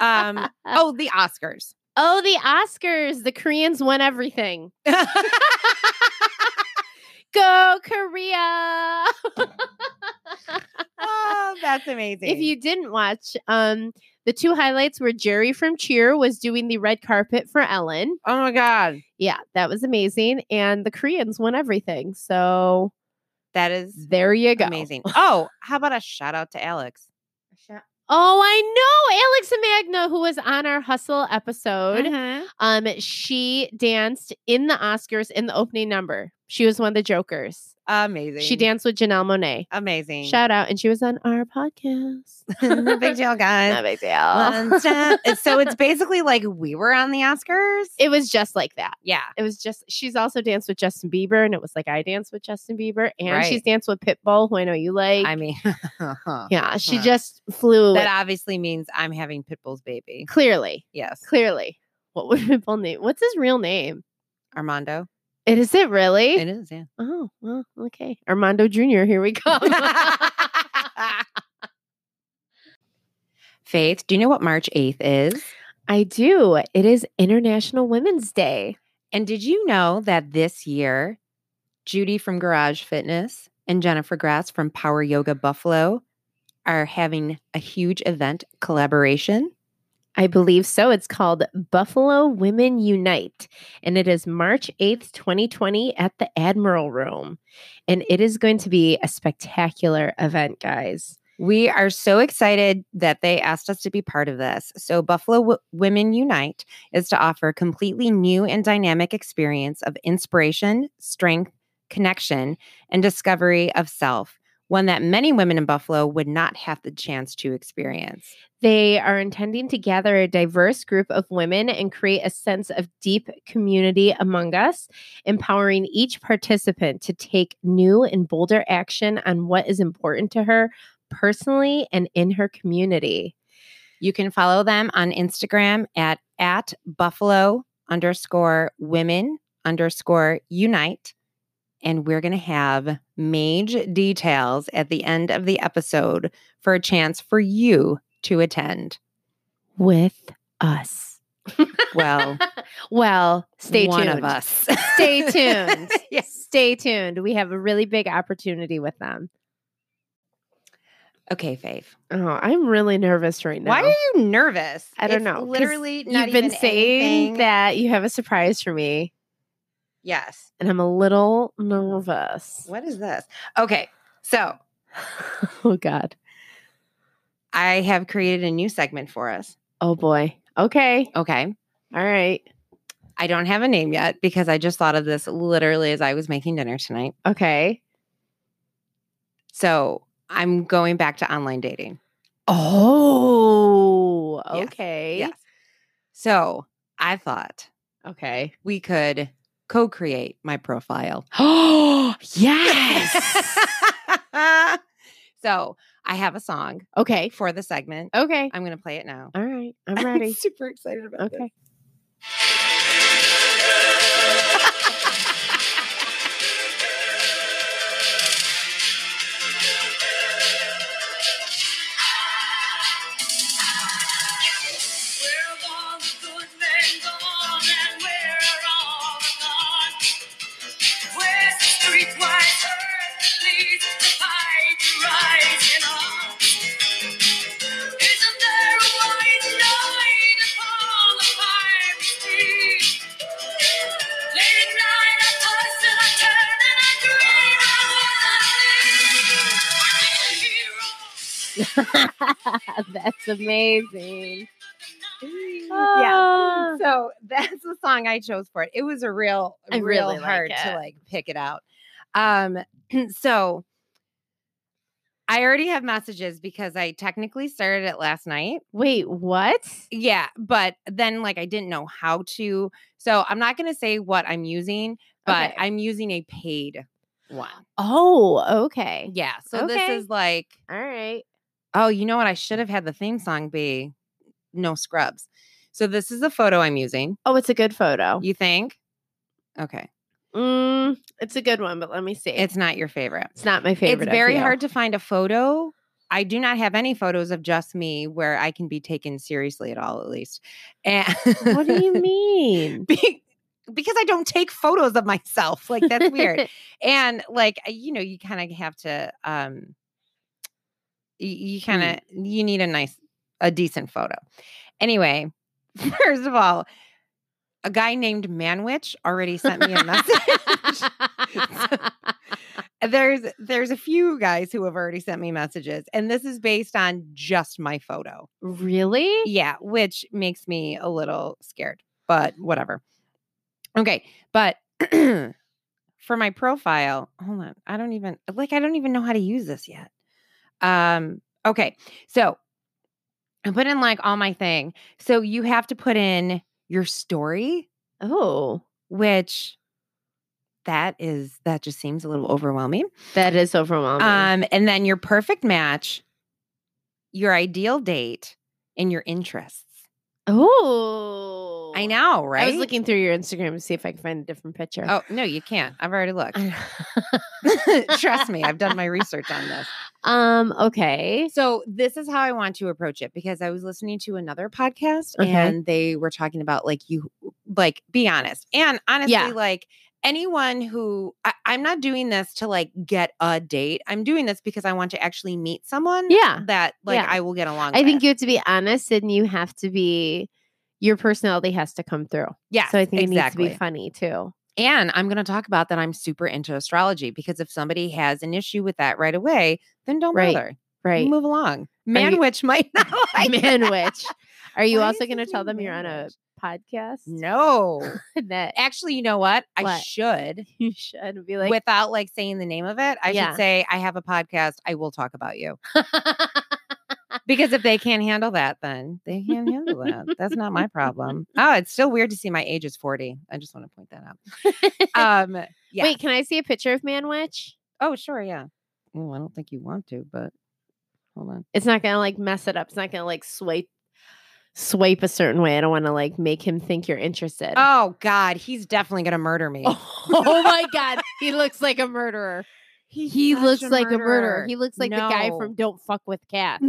Um, oh, the Oscars.
oh, the Oscars! The Koreans won everything. Go Korea!
oh, that's amazing.
If you didn't watch, um, the two highlights were Jerry from Cheer was doing the red carpet for Ellen.
oh my god,
Yeah, that was amazing, and the Koreans won everything. So
that is
there you go.
amazing. Oh, how about a shout out to Alex?
Oh, I know Alex Magna, who was on our Hustle episode.
Mm-hmm.
Um, she danced in the Oscars in the opening number. She was one of the jokers.
Amazing.
She danced with Janelle Monet.
Amazing.
Shout out. And she was on our podcast. Um,
No big deal, guys.
Not a big deal.
One step. so it's basically like we were on the Oscars.
it was just like that.
yeah.
It was just, she's also danced with Justin Bieber. And it was like, I danced with Justin Bieber. And
Right.
she's danced with Pitbull, who I know you like.
I mean, that
yeah. She
Huh.
just flew. it.
obviously means I'm having Pitbull's baby.
Clearly.
Yes.
Clearly. What would Pitbull name? What's his real name?
Armando.
It is it really?
It is, yeah.
oh, well, okay. Armando Jr., here we come.
Faith, do you know what March 8th is?
I do. It is International Women's Day.
And did you know that this year, Judy from Garage Fitness and Jennifer Grass from Power Yoga Buffalo are having a huge event collaboration?
I believe so. It's called Buffalo Women Unite, and it is March 8th, 2020, at the Admiral Room. And it is going to be a spectacular event, guys.
We are so excited that they asked us to be part of this. So, Buffalo W- Women Unite is to offer a completely new and dynamic experience of inspiration, strength, connection, and discovery of self, one that many women in Buffalo would not have the chance to experience.
They are intending to gather a diverse group of women and create a sense of deep community among us, empowering each participant to take new and bolder action on what is important to her personally and in her community.
You can follow them on Instagram at, at buffalo underscore women underscore unite. And we're going to have mage details at the end of the episode for a chance for you to attend.
with us.
Well,
Well, stay
one
tuned.
of us.
Stay tuned.
Yes.
Stay tuned. We have a really big opportunity with them.
Okay, Faith.
Oh, I'm really nervous right now.
Why are you nervous?
I don't
It's
know, 'cause
Literally, not
You've been
even
saying
anything-
that you have a surprise for me,
Yes.
and I'm a little nervous.
What is this? Okay. So
Oh God.
I have created a new segment for us.
Oh boy. Okay.
Okay.
All right.
I don't have a name yet because I just thought of this literally as I was making dinner tonight.
Okay.
So I'm going back to online dating.
Oh.
Yes.
Okay.
Yes. So I thought
Okay.
we could co create my profile.
Oh
so I have a song
okay.
for the segment.
Okay.
I'm going to play it now.
All right. I'm ready.
super excited about
Okay.
Where have all the good men gone and where are all the gone? Where's the streetwise earth that leads the fight rising on? Isn't there a white light upon the fiery sea? Late at night I toss and I turn and I dream of what I see. Hero.
That's amazing.
Yeah. So that's the song I chose for it. It was a real,
I
real
really like
hard
it.
to like pick it out. Um, so I already have messages because I technically started it last night.
Wait, what?
Yeah, but then like I didn't know how to. So I'm not gonna say what I'm using, but
Okay.
I'm using a paid one.
Oh, okay.
Yeah. So
Okay.
this is like,
All right.
oh, you know what? I should have had the theme song be no scrubs. So this is the photo I'm using.
Oh, it's a good photo.
You think? Okay.
Mm, it's a good one, but let me see.
It's not your favorite.
it's not my favorite. E
It's
of
very
you.
hard to find a photo. I do not have any photos of just me where I can be taken seriously at all, at least. And
What do you mean?
Be- because I don't take photos of myself. Like that's weird. and like uh, you know, you kind of have to um y-
Hmm.
you kind of you need a nice a decent photo. Anyway, first of all, a guy named Manwich already sent me a message. there's there's a few guys who have already sent me messages and this is based on just my photo
really?
yeah which makes me a little scared but whatever okay but for my profile. Hold on. I don't even like I don't even know how to use this yet. Um okay. So I put in like all my thing. So you have to put in your story,
Oh,
which that is that just seems a little overwhelming.
that is overwhelming.
Um and then your perfect match, your ideal date, and your interests.
oh,
I know, right?
I was looking through your Instagram to see if I could find a different picture.
Oh, no, you can't. I've already looked. Trust me, I've done my research on this.
um. Okay.
So this is how I want to approach it because I was listening to another podcast
Okay.
and they were talking about like you like be honest. And honestly,
Yeah.
like anyone who I, I'm not doing this to like get a date. I'm doing this because I want to actually meet someone
Yeah.
that like
Yeah.
I will get along
I think
you
you have to be honest, and you have to be. Your personality has to come through.
yeah,
so I think it
exactly.
needs to be funny too.
And I'm gonna talk about that I'm super into astrology because if somebody has an issue with that right away, then don't
Right.
bother.
Right.
Move along. Man
you-
which might not like it.
man witch. Are you
Why
also
is
going to
his
tell
name
them you're on a
Manwich?
podcast?
No.
that
Actually, you know what? I
What?
should
you should be like.
without like saying the name of it. I
Yeah.
should say I have a podcast. I will talk about you. because if they can't handle that, then they can't handle that. That's not my problem. Oh, it's still weird to see my age is 40. I just want to point that out. Um yeah.
Wait, can I see a picture of man witch?
Oh, sure, yeah. Oh, I don't think you want to, but hold on.
It's not going to like mess it up. It's not going to like swipe swipe a certain way. I don't want to like make him think you're interested.
Oh God, he's definitely gonna murder me.
Oh my god, he looks like a murderer.
He's
He
such
looks like a murderer. He looks like the guy
No.
from Don't Fuck with Cats.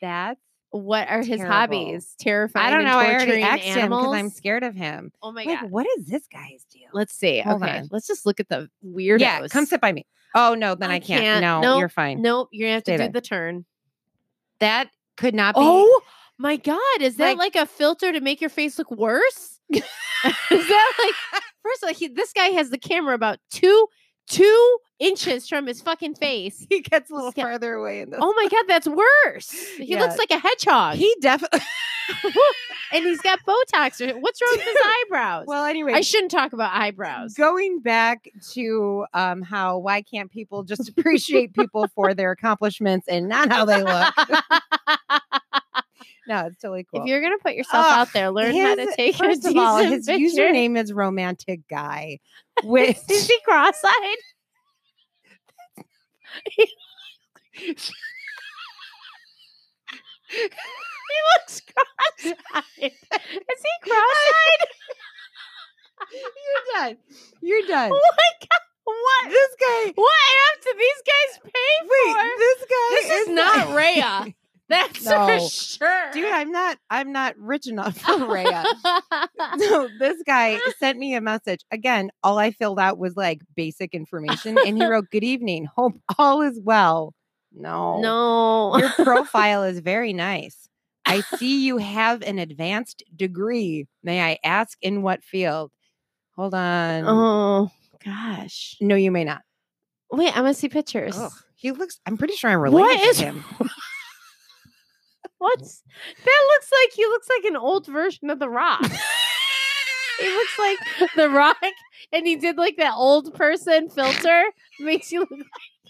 That's
what are his
Terrible.
hobbies? Terrifying.
I don't
and
know. I already
torturing
asked him because
animals?
I'm scared of him.
Oh my
Like,
god.
what is this guy's deal?
Let's see.
Hold
okay,
on.
let's just look at the weirdos.
Yeah, come sit by me. Oh no, then
I
I, can't.
can't.
No,
Nope.
you're fine.
Nope, you're gonna have to
Stay
do
there.
the turn.
That could not be.
Oh. my god, is that like,
Like-
a filter to make your face look worse? is that like first of all, he, this guy has the camera about two two inches from his fucking face.
he gets a little
Yeah.
farther away in this.
Oh my god, that's worse. He
Yeah.
looks like a hedgehog.
he definitely.
and he's got Botox. or- What's wrong with his eyebrows?
well, anyway,
I shouldn't talk about eyebrows.
going back to um, how why can't people just appreciate people for their accomplishments and not how they look? no, it's totally cool.
If you're gonna put yourself out
Ugh,
there, learn how to
His-
take a
first of all,
decent
his
picture.
username is romantic guy, which
Is he cross-eyed? he looks cross-eyed. Is he cross-eyed?
you're done. You're done.
oh my god! What?
This guy.
what have to these guys pay
Wait,
for?
this guy.
This is not Raya. That's for
No.
sure.
dude. I'm not. I'm not rich enough for Raya. No, this guy sent me a message. Again, all I filled out was like basic information, and he wrote, "Good evening. Hope all is well." No,
no.
Your profile is very nice. I see you have an advanced degree. May I ask in what field? Hold on.
Oh gosh.
No, you may not.
Wait, I want to see pictures.
Ugh, he looks. I'm pretty sure I'm related
What
to
is-
him.
What's that? Looks like he looks like an old version of The Rock. he looks like The Rock, and he did like that old person filter. Makes you look like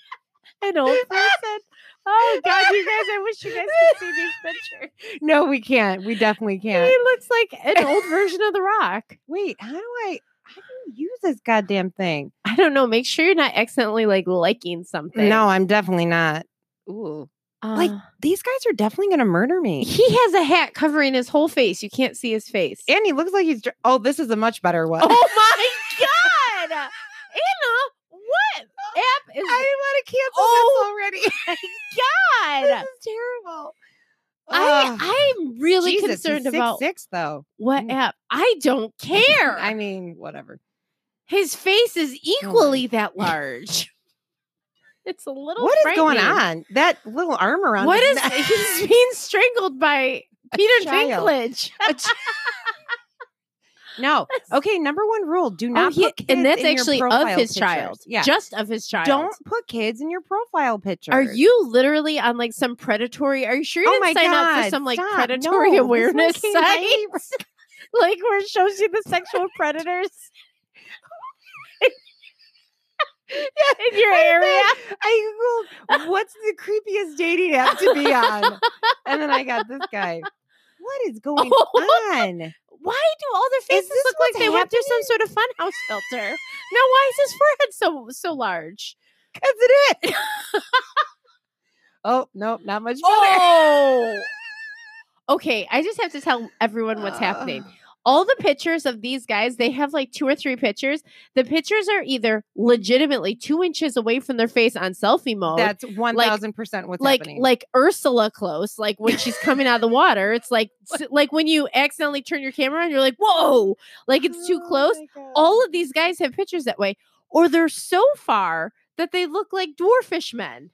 an old person. Oh God, you guys! I wish you guys could see these pictures.
No, we can't. We definitely can't.
He looks like an old version of The Rock.
Wait, how do I? How do you use this goddamn thing?
I don't know. Make sure you're not accidentally like liking something.
No, I'm definitely not. Ooh. like-
Uh,
These guys are definitely gonna murder me.
he has a hat covering his whole face. You can't see his face.
And he looks like he's. dr- Oh, this is a much better one.
Oh my God! Anna, what app is
I didn't want to cancel
Oh.
this already.
God?
this is terrible. Ugh.
I I'm really
Jesus, he's
concerned about
six though.
what
Mm.
app. I don't care.
I mean, whatever.
His face is equally that large. It's a little.
What is going
frightening.
on? That little arm around.
What is
his neck.
he's being strangled by Peter
child.
Dinklage?
no? Okay, number one rule: do
Oh,
not.
he-
put kids
and that's
in your
actually of
profile
his
pictures.
child.
Yeah.
just of his child.
Don't put kids in your profile picture.
Are you literally on like some predatory? Are you sure you
Oh
didn't
my
sign up for
God,
some like
stop.
predatory
No, this one
awareness
came
site?
right-
like where it shows you the sexual predators in your area.
I googled what's the creepiest dating app to be on, and then I got this guy. What is going
Oh.
on?
Why do all their faces
this
look like
what's
they went through some sort of funhouse filter? Now, why is his forehead so so large?
Because it is. oh nope, not much better.
Oh. okay, I just have to tell everyone what's happening. all the pictures of these guys, they have like two or three pictures. The pictures are either legitimately two inches away from their face on selfie mode.
That's one thousand percent what's
Oh. like
happening.
like Ursula close, like when she's coming out of the water. It's like s- like when you accidentally turn your camera on, you're like, whoa, like it's
Oh
too close. All of these guys have pictures that way, or they're so far that they look like dwarfish men.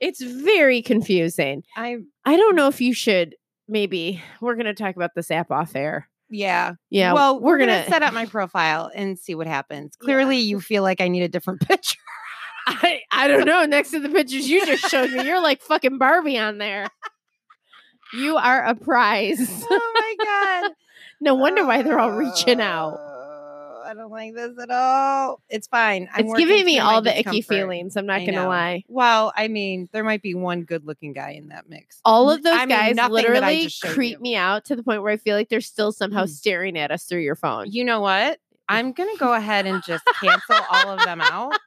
It's very confusing.
I
I don't know if you should maybe we're gonna talk about this app off air.
yeah
Yeah.
Well, we're, gonna, set up my profile and see what happens. Clearly, you feel like I need a different picture.
I, I don't know. Next to the pictures you just showed me, you're like fucking Barbie on there. You are a prize.
oh my god!
No wonder why they're all reaching out.
Oh, I don't like this at all. It's fine. I'm
it's
working
giving me
through my
all the icky
discomfort.
feelings. I'm not
I
going to
know.
lie.
Well, I mean, there might be one good-looking guy in that mix.
All of those
I mean,
guys
nothing that I
literally
just showed
creep
you.
me out to the point where I feel like they're still somehow
Mm.
staring at us through your phone.
You know what? I'm gonna go ahead and just cancel all of them out.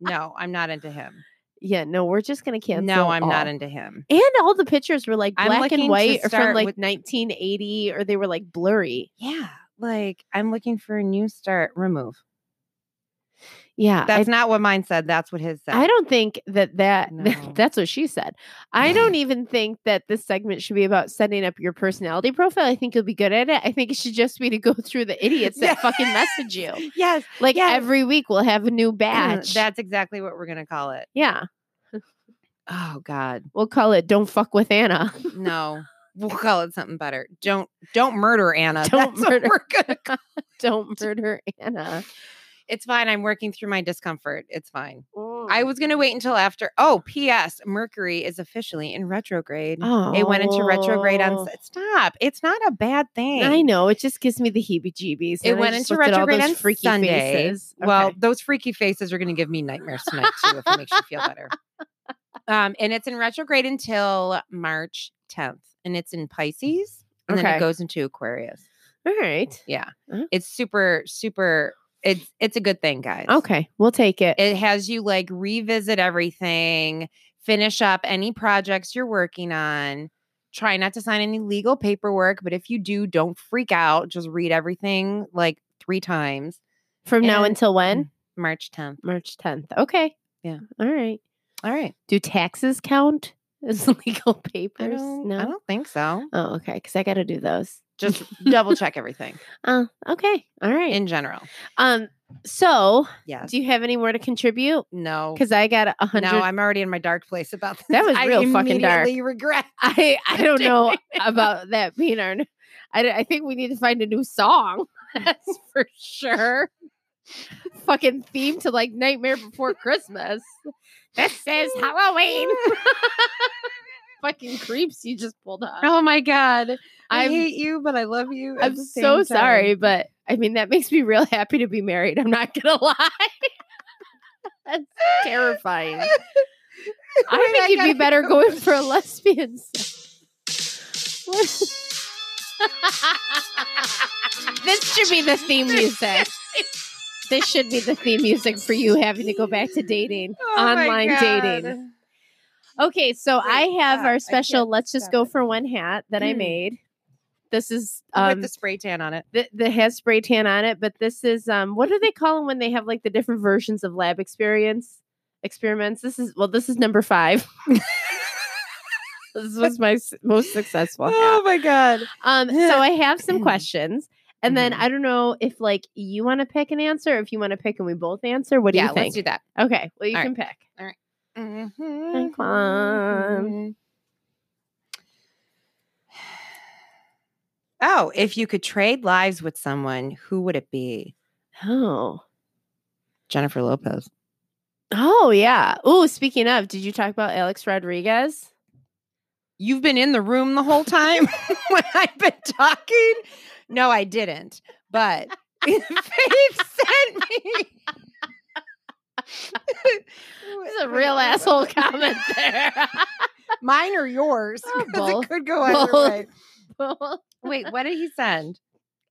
No, I'm not into him.
Yeah, no, we're just going to cancel.
no, I'm not
all.
into him.
And all the pictures were like
I'm
black
looking
and
to
white or from
start
like
with-
1980 or they were like blurry.
Yeah, like I'm looking for a new start. Remove.
Yeah. I
That's not what mine said. That's what his said.
I don't think that that
No.
that's what she said. I don't even think that this segment should be about setting up your personality profile. I think you'll be good at it. I think it should just be to go through the idiots that
Yeah.
fucking message you.
Yes,
Like
Yes.
every week we'll have a
Uh,
new batch.
that's exactly what we're gonna call it.
yeah,
Oh God,
we'll call it "Don't fuck with Anna."
no. We'll call it something better. Don't don't murder Anna.
Don't
That's what
murder.
we're gonna call-
Don't murder Anna.
It's fine. I'm working through my discomfort. It's fine. I
I
was gonna wait until after. Oh, P.S. Mercury is officially in retrograde.
oh,
It went into retrograde on. s- Stop. It's not a bad thing.
I know it just gives me the heebie-jeebies.
It
and I
went
just
into
looked at all
retrograde
those
on Sunday.
faces.
Well,
Okay.
those freaky faces are going to give me nightmares tonight too, if it makes you feel better. Um, and it's in retrograde until March 10th, and it's in Pisces, and then
Okay.
it goes into Aquarius.
all right,
Yeah,
Oh.
it's super, super. It's it's a good thing, guys.
okay, we'll take it.
it has you like revisit everything, finish up any projects you're working on. Try not to sign any legal paperwork, but if you do, don't freak out. Just read everything like three times.
From now
and-
until when?
March 10th.
March 10th. Okay.
Yeah.
All right.
All right.
Do taxes count as legal
I
papers?
don't, I
No.
don't think so.
Oh, okay. Because I got to do those.
Just double check everything
Oh, okay. All right.
in general.
um. So,
Yes.
do you have any more to contribute?
No.
Because I got a hundred.
No, I'm already in my dark place about this.
That was
I
real fucking dark.
immediately regret.
I I don't know
doing
about that being our. n- I d- I think we need to find a new song. That's for sure. Fucking theme to like Nightmare Before Christmas. This is Halloween. Fucking creeps you just pulled up.
Oh my god. I
I'm-
hate you, but I love you. at
I'm
the same
so
time.
sorry, but I mean that makes me real happy to be married. I'm not gonna lie. That's terrifying. I
Wait,
think you'd
gotta
be better
go.
going for a lesbian. set. What- this should be the theme music. This should be the theme music for you having to go back to dating,
Oh my
online dating.
God.
Okay, so I
Wait,
have
stop. I
our
can't
special. Let's just
stop
go
it.
for one hat that I
Mm.
made. This is um,
With the spray tan on it.
that, that has spray tan on it, but this is um what do they call them when they have like the different versions of lab experience experiments? This is well, this is number five. this was my s- most successful.
Oh
hat.
my god.
Um, so I have some questions. And then
Mhm.
I don't know if like you want to pick an answer, if you want to pick and we both answer. What do you
yeah, let's
think?
do that.
okay, well you
All
can
right.
pick.
Mhm.
on.
Oh, if you could trade lives with someone, who would it be?
Oh,
Jennifer Lopez.
oh yeah. Oh, speaking of, did you talk about Alex Rodriguez?
You've been in the room the whole time when I've been talking. No, I didn't. But Faith sent me.
This is a real asshole comment there.
Mine or yours?
Oh,
'cause
both.
It could go either
Both.
way. Wait, what did he send?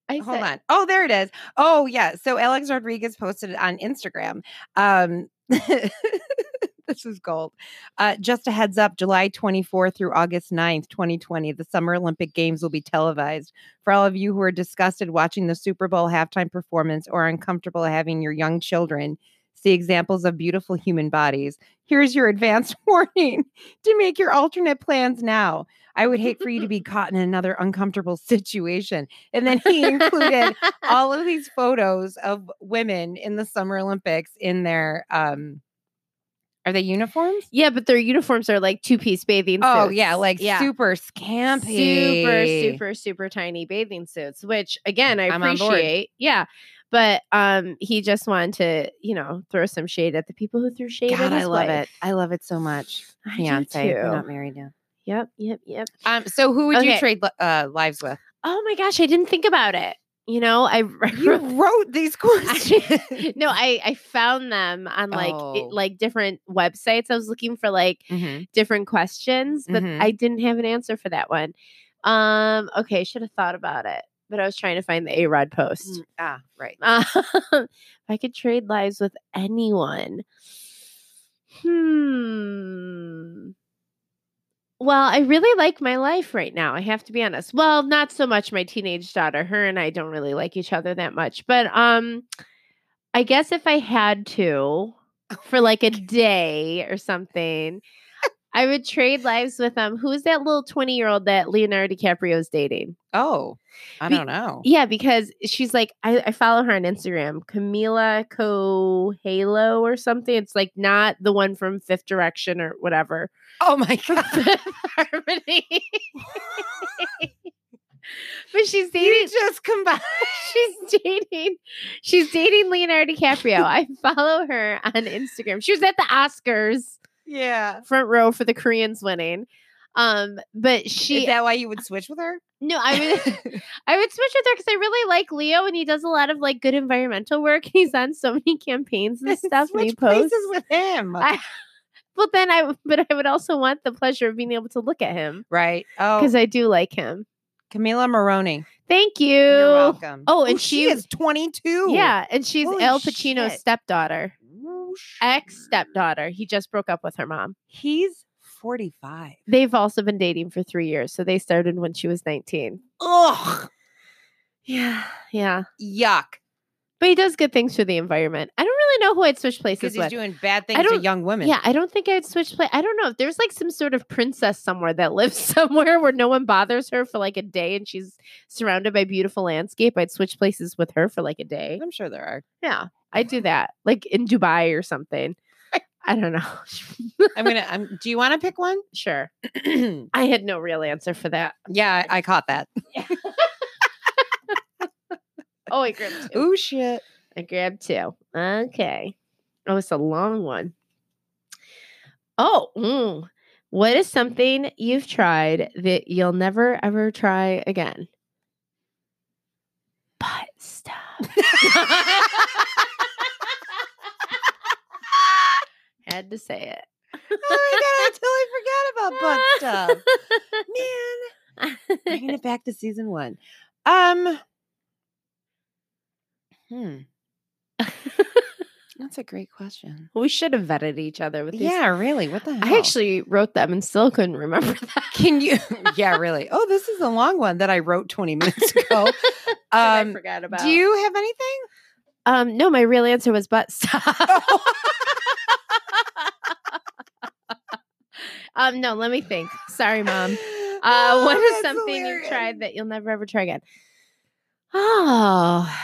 I
Hold
said,
on. Oh, there it is. Oh, yeah. So Alex Rodriguez posted it on Instagram. Um, this is gold. Uh, just a heads up July 24 through August 9th, 2020, the Summer Olympic Games will be televised. For all of you who are disgusted watching the Super Bowl halftime performance or uncomfortable having your young children see examples of beautiful human bodies, here's your advance warning to make your alternate plans now. I would hate for you to be caught in another uncomfortable situation. And then he included all of these photos of women in the Summer Olympics in their um are they uniforms?
yeah, but their uniforms are like two piece bathing suits.
Oh yeah, like super scampy.
super super super tiny bathing suits which again i
I'm on board.
appreciate yeah but um he just wanted to you know throw some shade at the people who threw shade at
God,
his
I love
wife.
it. I love it so much.
I do
Fiance, they're
too.
not married now.
yep yep yep
Um, so who would
Okay.
you trade li- uh, lives with?
oh my gosh i didn't think about it you know i, I
You
wrote-
wrote these questions.
no i i found them on like
Oh.
it, like different websites i was looking for like
Mhm.
different questions but
Mhm.
i didn't have an answer for that one um okay should have thought about it but i was trying to find the a rod post
Mm, Ah, right.
Uh, if I could trade lives with anyone. Hmm. Well, I really like my life right now. I have to be honest. Well, not so much my teenage daughter. Her and I don't really like each other that much. But um I guess if I had to for like a day or something, I would trade lives with um who is that little 20-year-old that Leonardo DiCaprio is dating?
Oh, I
Be-
don't know.
Yeah, because she's like, I, I follow her on Instagram, Camila Coelho or something. It's like not the one from Fifth Direction or whatever.
Oh my god.
Fifth Harmony. but she's
you
dating.
just combined.
She's dating. She's dating Leonardo DiCaprio. I follow her on Instagram. She was at the Oscars
Yeah.
front row for the Koreans winning. Um, but she
Is that why you would switch with her?
no, I would I would switch with her because I really like Leo and he does a lot of like good environmental work. He's on so many campaigns and stuff. and he
Switch places
posts.
with him.
I- But then I w- but I would also want the pleasure of being able to look at him
right. Oh,
because I do like him.
Camila Maroney.
Thank you.
You're welcome.
Oh, and
she,
she-
is 22.
Yeah, and she's
Holy
El Pacino's
shit.
stepdaughter,
Whoosh.
ex stepdaughter. He just broke up with her mom.
He's 45.
They've also been dating for three years, so they started when she was nineteen.
Ugh.
Yeah, yeah.
Yuck.
But he does good things for the environment. I don't really know who I'd switch places
Because
with.
he's doing bad things to
don't-
young women.
Yeah, I don't think I'd switch play. I don't know. if There's like some sort of princess somewhere that lives somewhere where no one bothers her for like a day and she's surrounded by beautiful landscape. I'd switch places with her for like a day.
I'm sure there are.
Yeah, I'd do that. Like in Dubai or something. I don't know.
I'm gonna I'm do you wanna pick one?
sure. I had no real answer for that.
yeah, I, I caught that.
Oh, I grabbed two.
Oh shit.
I grabbed two. Okay. Oh, it's a long one. Oh, mm. what is something you've tried that you'll never ever try again? Butt stuff.
Oh
Had to say it.
oh my god, I totally forgot about butt stuff. Man. bringing it back to season one. Um, hmm. That's a great question.
we should have vetted each other with these.
Yeah, really. What the hell?
I actually wrote them and still couldn't remember that.
can you? yeah, really. Oh, this is a long one that I wrote 20 minutes ago.
I
Um,
forgot about.
do you have anything?
Um, no, my real answer was butt stuff. um, no, let me think. Sorry, mom. Um,
Oh,
Uh, what is something you've tried that you'll never ever try again? Oh,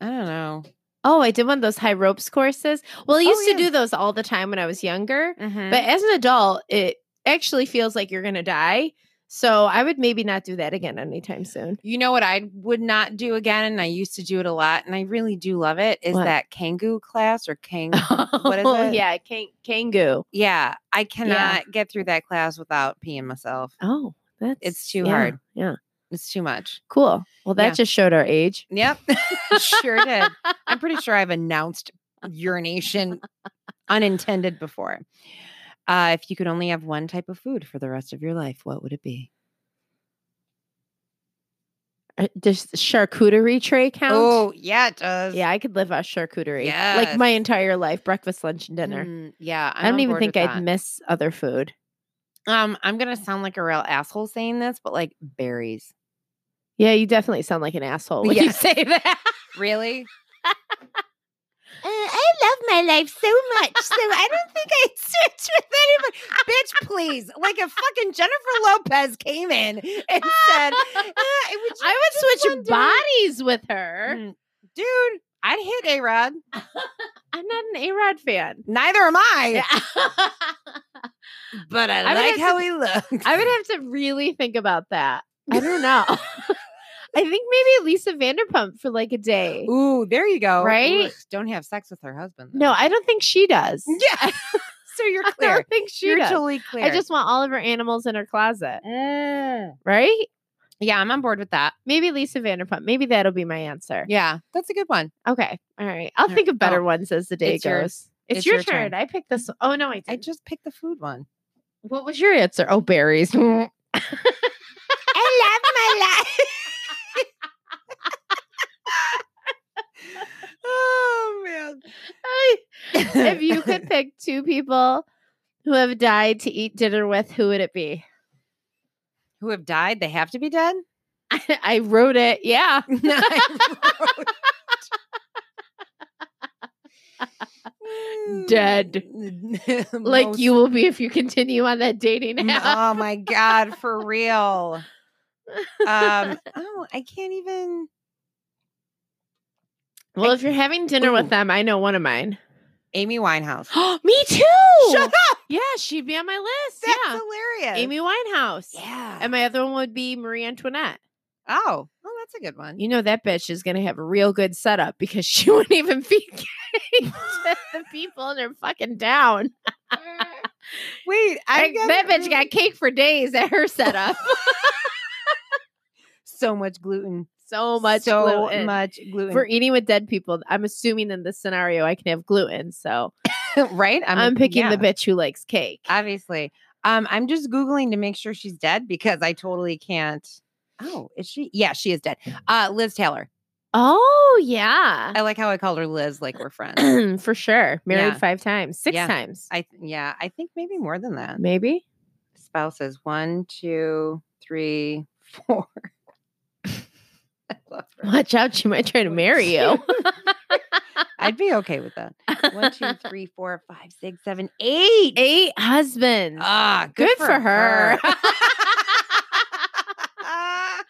I don't know.
oh, I did one of those high ropes courses. Well, I
Oh,
used
yeah.
to do those all the time when I was younger,
But
but as an adult, it actually feels like you're gonna die. So I would maybe not do that again anytime soon.
you know what I would not do again, and I used to do it a lot, and I really do love it. Is
What?
that Kangoo class or Kang?
What
is it?
Yeah, can- Kangoo.
Yeah, I cannot get through that class without peeing myself.
Oh, that's
It's too
yeah,
hard.
Yeah.
It's too much.
Cool. Well, that
Yeah.
just showed our age.
Yep. sure did. I'm pretty sure I've announced urination unintended before. Uh, if you could only have one type of food for the rest of your life, what would it be?
Uh, Does the charcuterie tray count?
Oh, yeah, it does.
yeah, I could live off charcuterie. Like my
Yes.
entire life breakfast, lunch, and dinner.
Mm, yeah.
I don't even think I'd
admit.
miss other food.
Um, I'm gonna sound like a real asshole saying this, but like berries.
Yeah, you definitely sound like an asshole when you
Yes.
say that.
Really?
Uh, I love my life so much, so I don't think I'd switch with anybody.
Bitch, please. Like if fucking Jennifer Lopez came in and said, "Uh, would you
I would
just
switch
wonder-"
bodies with her.
Mm, Dude, I'd hit A Rod.
I'm not an A Rod fan.
Neither am I. But I,
I would have
like how he looks.
I would have to really think about that. I don't know. I think maybe Lisa Vanderpump for like a day.
Ooh, there you go.
Right?
Ugh, don't have sex with her husband.
No,
though.
I don't think she does.
Yeah. so you're
I
clear.
don't think she
You're
does.
totally clear.
I just want all of her animals in her closet,
Mm.
right?
Yeah, I'm on board with that.
Maybe Lisa Vanderpump. Maybe that'll be my answer.
Yeah, that's a good one.
Okay. All right. I'll
Alright.
think of better
Oh,
ones as the day
it's
goes.
yours.
It's,
It's
your,
your
turn.
turn.
I picked this. Oh no, I did.
I just picked the food one.
What was your answer? Oh, berries. I love my life.
Oh man.
if you could pick two people who have died to eat dinner with, who would it be?
who have died, they have to be dead.
I, I wrote it. Yeah. Dead. Like you will be if you continue on that dating app.
oh my god, for real. Um, oh, I can't even.
well, if you're having dinner
Ooh.
with them, I know one of mine.
Amy Winehouse.
Me too.
Shut up.
Yeah, she'd be on my list.
That's
yeah.
hilarious.
Amy Winehouse.
Yeah.
And my other one would be Marie Antoinette.
oh, well, that's a good one.
You know that bitch is gonna have a real good setup because she wouldn't even feed cake to the people in her fucking town.
Wait, I
Like, that bitch got cake for days at her setup.
so much gluten.
so much,
so
gluten.
much gluten.
If we're eating with dead people, I'm assuming in this scenario I can have gluten. So
right?
I'm, picking
yeah.
the bitch who likes cake.
obviously. Um, I'm just googling to make sure she's dead because I totally can't. Oh, is she? Yeah, she is dead. Uh, Liz Taylor.
oh yeah,
I like how I called her Liz, like we're friends.
for sure. Married
Yeah.
five times, six
Yeah.
times,
I yeah, I think maybe more than that.
maybe.
Spouses one, two, three, four. I love her.
Watch out, she might try to
One,
marry you.
I'd be okay with that. One, two, three, four, five, six, seven, eight.
Eight husbands.
Ah,
good, for, her.
Ah,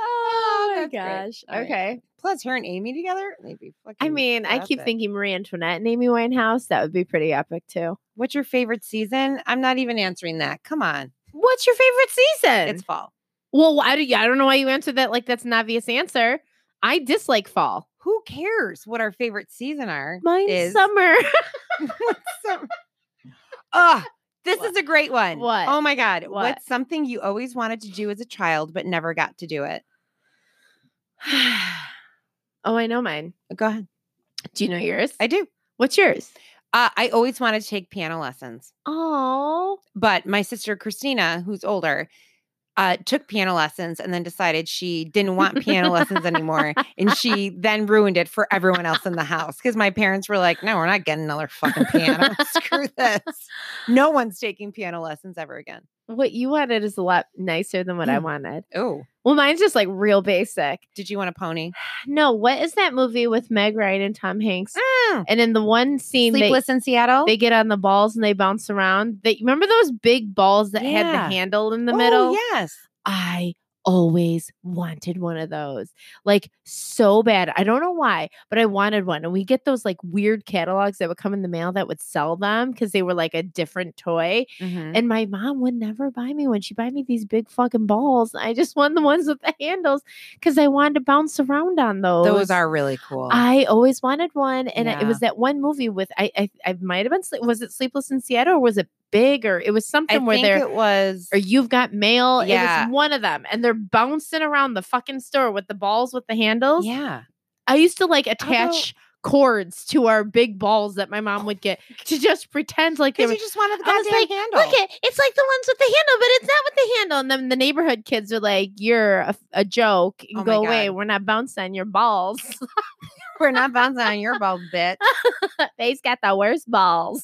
Oh, my
that's great.
gosh.
All right.
Okay.
Plus, her and Amy together, they'd be fucking.
I mean, I keep
classic.
thinking Marie Antoinette and Amy Winehouse. That would be pretty epic too.
What's your favorite season? I'm not even answering that. Come on.
What's your favorite season?
It's fall.
well, why do you, I don't know why you answered that like that's an obvious answer. I dislike fall.
Who cares what our favorite season are?
Mine's
is
summer.
some- Ugh, this
What?
is a great one.
What?
Oh my God.
What?
What's something you always wanted to do as a child but never got to do it?
oh, I know mine.
Go ahead.
Do you know yours?
I do.
What's yours?
Uh, I always wanted to take piano lessons.
Oh,
but my sister Christina, who's older, uh, took piano lessons and then decided she didn't want piano lessons anymore. And she then ruined it for everyone else in the house because my parents were like, no, we're not getting another fucking piano. Screw this. No one's taking piano lessons ever again.
what you wanted is a lot nicer than what I
Mm.
wanted.
Oh,
Well, mine's just like real basic.
did you want a pony?
No, what is that movie with Meg Ryan and Tom Hanks?
Mm.
And in the one scene, they-
Sleepless in Seattle?
they get on the balls and they bounce around. They remember those big balls that had
Yeah.
the handle in the
Oh,
middle?
Yes.
I always wanted one of those. Like so bad. I don't know why, but I wanted one. And we get those like weird catalogs that would come in the mail that would sell them because they were like a different toy.
Mhm.
And my mom would never buy me one. She buy me these big fucking balls. I just wanted the ones with the handles because I wanted to bounce around on those.
Those are really cool.
I always wanted one, and it
Yeah.
was that one movie with I I, I might have been sleep. Was it Sleepless in Seattle or was it big or it was
I
something where
think
they're
it was.
or you've got mail. It
Yeah.
was one of them. And they're bouncing around the fucking store with the balls with the handles.
yeah.
I used to like
Although-
attach cords to our big balls that my mom would get to just pretend like they
Because
were
you just wanted the
I was
goddamn
like,
handle.
Look at it's like the ones with the handle, but it's not with the handle. And then the neighborhood kids are like, "You're a, a joke.
Oh my
Go away.
God.
We're not bouncing on your balls.
We're not bouncing on your balls, bitch.
They's got the worst balls."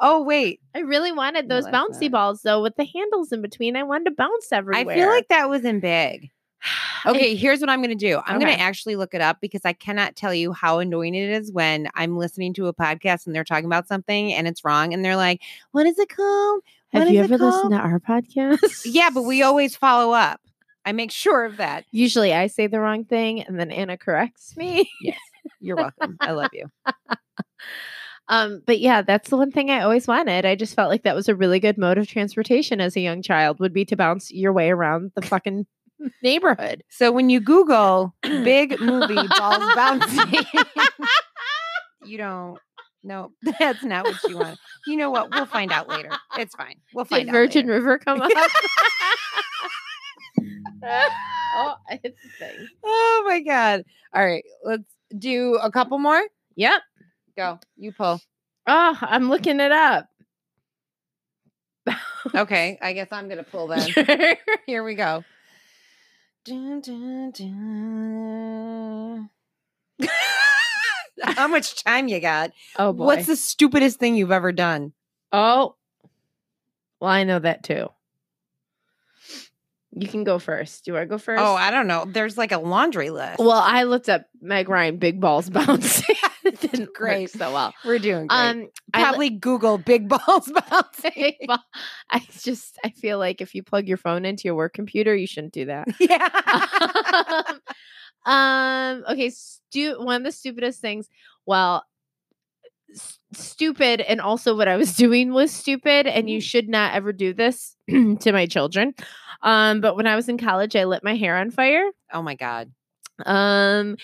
Oh wait,
I really wanted
No,
those
that's
bouncy
not-
balls though, with the handles in between. I wanted to bounce everywhere.
I feel like that was in big.
I-
Okay, here's what I'm gonna do. I'm
Okay.
gonna actually look it up because I cannot tell you how annoying it is when I'm listening to a podcast and they're talking about something and it's wrong and they're like, "What is it called?"
have
what
you
is it
ever listened
called?
to our podcast?
Yeah, but we always follow up. I make sure of that.
usually I say the wrong thing and then Anna corrects me.
You're welcome. I love you.
Um, but yeah, that's the one thing I always wanted. I just felt like that was a really good mode of transportation as a young child would be to bounce your way around the fucking neighborhood.
So when you Google big movie balls bouncing, you don't. No, that's not what you want. You know what? We'll find out later. It's fine. We'll find
Did
out.
Virgin
later.
River come up? oh, it's a thing.
Oh my god! All right, let's do a couple more.
Yep.
Go. You pull.
Oh, I'm looking it up.
Okay, I guess I'm gonna pull then. Here we go. Dun, dun, dun. How much time you got?
oh boy.
What's the stupidest thing you've ever done?
oh. Well, I know that too. You can go first. Do I go first?
Oh, I don't know. There's like a laundry list.
Well, I looked up Meg Ryan big balls bouncing. it didn't work
Great.
so well.
we're doing great.
Um, I li-
Probably Google big balls bouncing.
big ball- I just I feel like if you plug your phone into your work computer, you shouldn't do that.
yeah.
um, um, okay, stu- one of the stupidest things. Well, s- stupid, and also what I was doing was stupid, and you should not ever do this to my children. Um, but when I was in college, I lit my hair on fire.
oh my god.
Um,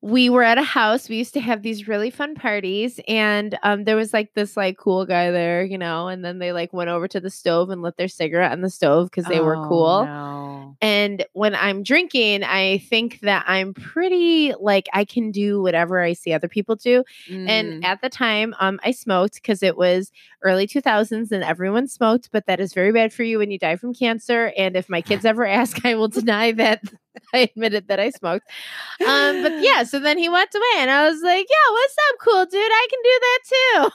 we were at a house. We used to have these really fun parties, and um, there was like this like cool guy there, you know. And then they like went over to the stove and lit their cigarette on the stove because they were
Oh,
cool.
no.
And when I'm drinking, I think that I'm pretty like I can do whatever I see other people do.
Mm.
And at the time, um, I smoked because it was early 2000s and everyone smoked, but that is very bad for you when you die from cancer. And if my kids ever ask, I will deny that I admitted that I smoked.
Mm.
Um, but yeah, so then he walked away, and I was like, "Yeah, what's up, cool dude? I can do that too."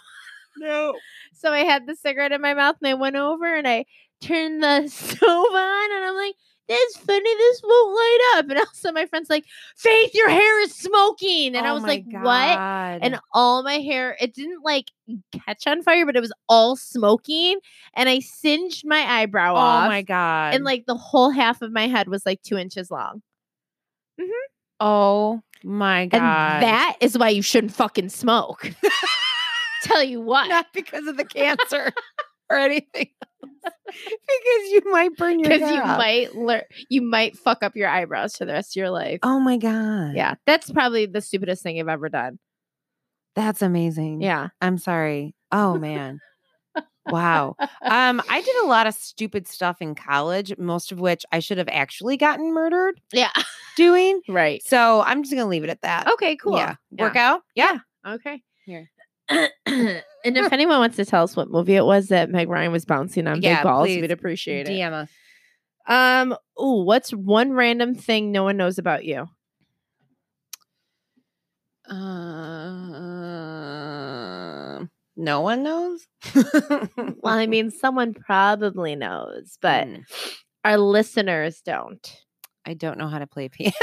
no.
So I had the cigarette in my mouth and I went over and I turned the stove on and I'm like, that's funny, this won't light up. And also my friend's like, Faith, your hair is smoking. And I
Oh
was
my
like, what?
God.
And all my hair, it didn't like catch on fire, but it was all smoking. And I singed my eyebrow
oh
off.
my god.
And like the whole half of my head was like two inches long.
oh my god.
And that is why you shouldn't fucking smoke. Tell you what.
not because of the cancer or anything. else. because you might burn your
because
hair
you
off.
might learn you might fuck up your eyebrows for the rest of your life
Oh my god.
yeah that's probably the stupidest thing i've ever done
That's amazing.
yeah
I'm sorry. Oh man. wow. Um I did a lot of stupid stuff in college, most of which I should have actually gotten murdered
yeah
doing.
right
So I'm just going to leave it at that.
okay cool
Yeah.
Yeah.
Workout? Yeah.
okay
Here.
and if anyone wants to tell us what movie it was that meg ryan was bouncing on
Yeah,
big balls
please.
we'd appreciate it
DM us.
um ooh, what's one random thing no one knows about you
Um, no one knows.
well i mean someone probably knows but
Mm,
our listeners don't
I don't know how to play piano.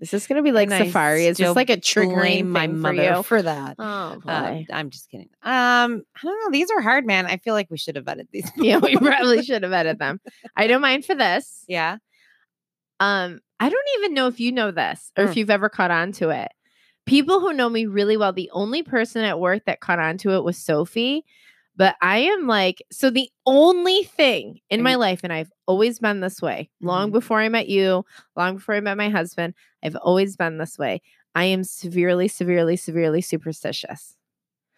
is this gonna be like
And I
safari is this
still
like a triggering
Blame my
thing
mother
for you
that.
oh boy
Um, I'm just kidding. Um, I don't know. These are hard, man. I feel like we should have vetted these.
yeah, we
before.
probably should have edited them. I don't mind for this.
yeah.
Um, I don't even know if you know this or if
Mm.
you've ever caught on to it. People who know me really well, the only person at work that caught on to it was Sophie. But I am like, so the only thing in
Are
my
you-
life, and I've always been this way, long
Mhm.
before I met you, long before I met my husband, I've always been this way. I am severely, severely, severely superstitious.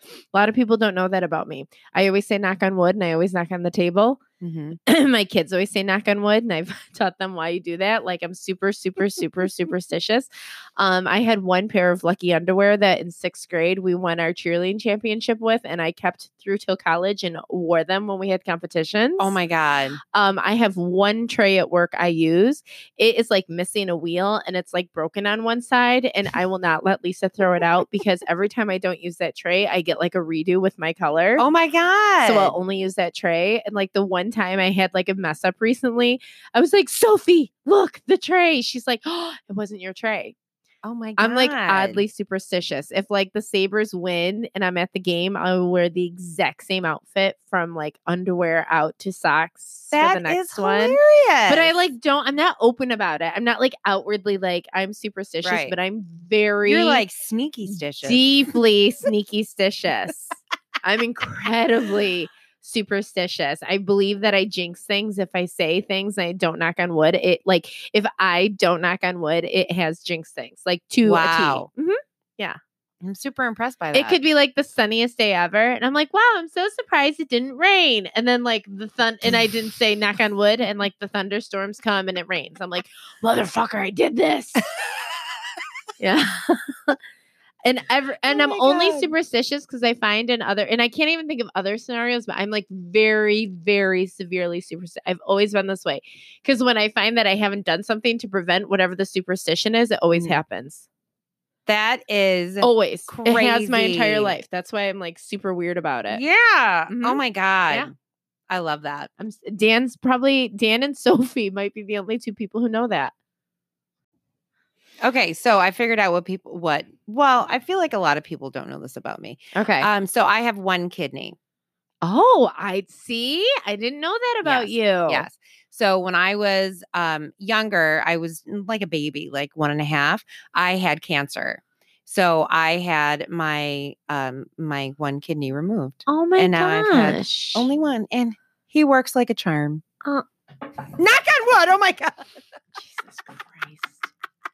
A lot of people don't know that about me. I always say knock on wood and I always knock on the table. Mm-hmm.
Mhm.
my kids always say knock on wood and i've taught them why you do that like i'm super super super superstitious um, i had one pair of lucky underwear that in sixth grade we won our cheerleading championship with and i kept through till college and wore them when we had competitions
Oh my God.
um, i have one tray at work i use it is like missing a wheel and it's like broken on one side and i will not let lisa throw it out because every time i don't use that tray i get like a redo with my color
Oh my God.
so I'll only use that tray. And like the one time I had like a mess up recently, I was like, Sophie, look, the tray. She's like, oh, it wasn't your tray.
oh my God.
I'm like oddly superstitious. If like the Sabres win and I'm at the game, I will wear the exact same outfit from like underwear out to socks for
That
the
is
next one.
hilarious.
But I like don't, I'm not open about it. I'm not like outwardly like I'm superstitious,
Right.
but I'm very
You're like sneaky stitches.
deeply sneaky stitious. I'm incredibly superstitious. I believe that I jinx things if I say things and I don't knock on wood. It like if I don't knock on wood, it has jinx things like to
Wow.
a T. Mhm.
I'm super impressed by that.
It could be like the sunniest day ever, and I'm like, wow, I'm so surprised it didn't rain. And then like the thun and I didn't say knock on wood, and like the thunderstorms come and it rains. I'm like, motherfucker, I did this. Yeah. and ever and
Oh
I'm
my
only
God.
superstitious because I find in other and I can't even think of other scenarios, but I'm like very, very severely superstitious. I've always been this way. Cause when I find that I haven't done something to prevent whatever the superstition is, it always
Mm.
happens.
That is.
Always. It has my entire
Crazy.
life. That's why I'm like super weird about it.
yeah. Oh
Mhm.
my God.
Yeah.
I love that.
I'm s- Dan's probably Dan and Sophie might be the only two people who know that.
Okay. So I figured out what people, what, well, I feel like a lot of people don't know this about me.
Okay.
Um, so I have one kidney.
Uh, oh, I see. I didn't know that about you.
Yes. So when I was um, younger, I was mm, like a baby, like one and a half. I had cancer, so I had my um, my one kidney removed,
Oh my
And now I've had
gosh.
only one, and he works like a charm.
Uh.
Knock on wood! Oh my god!
Jesus Christ.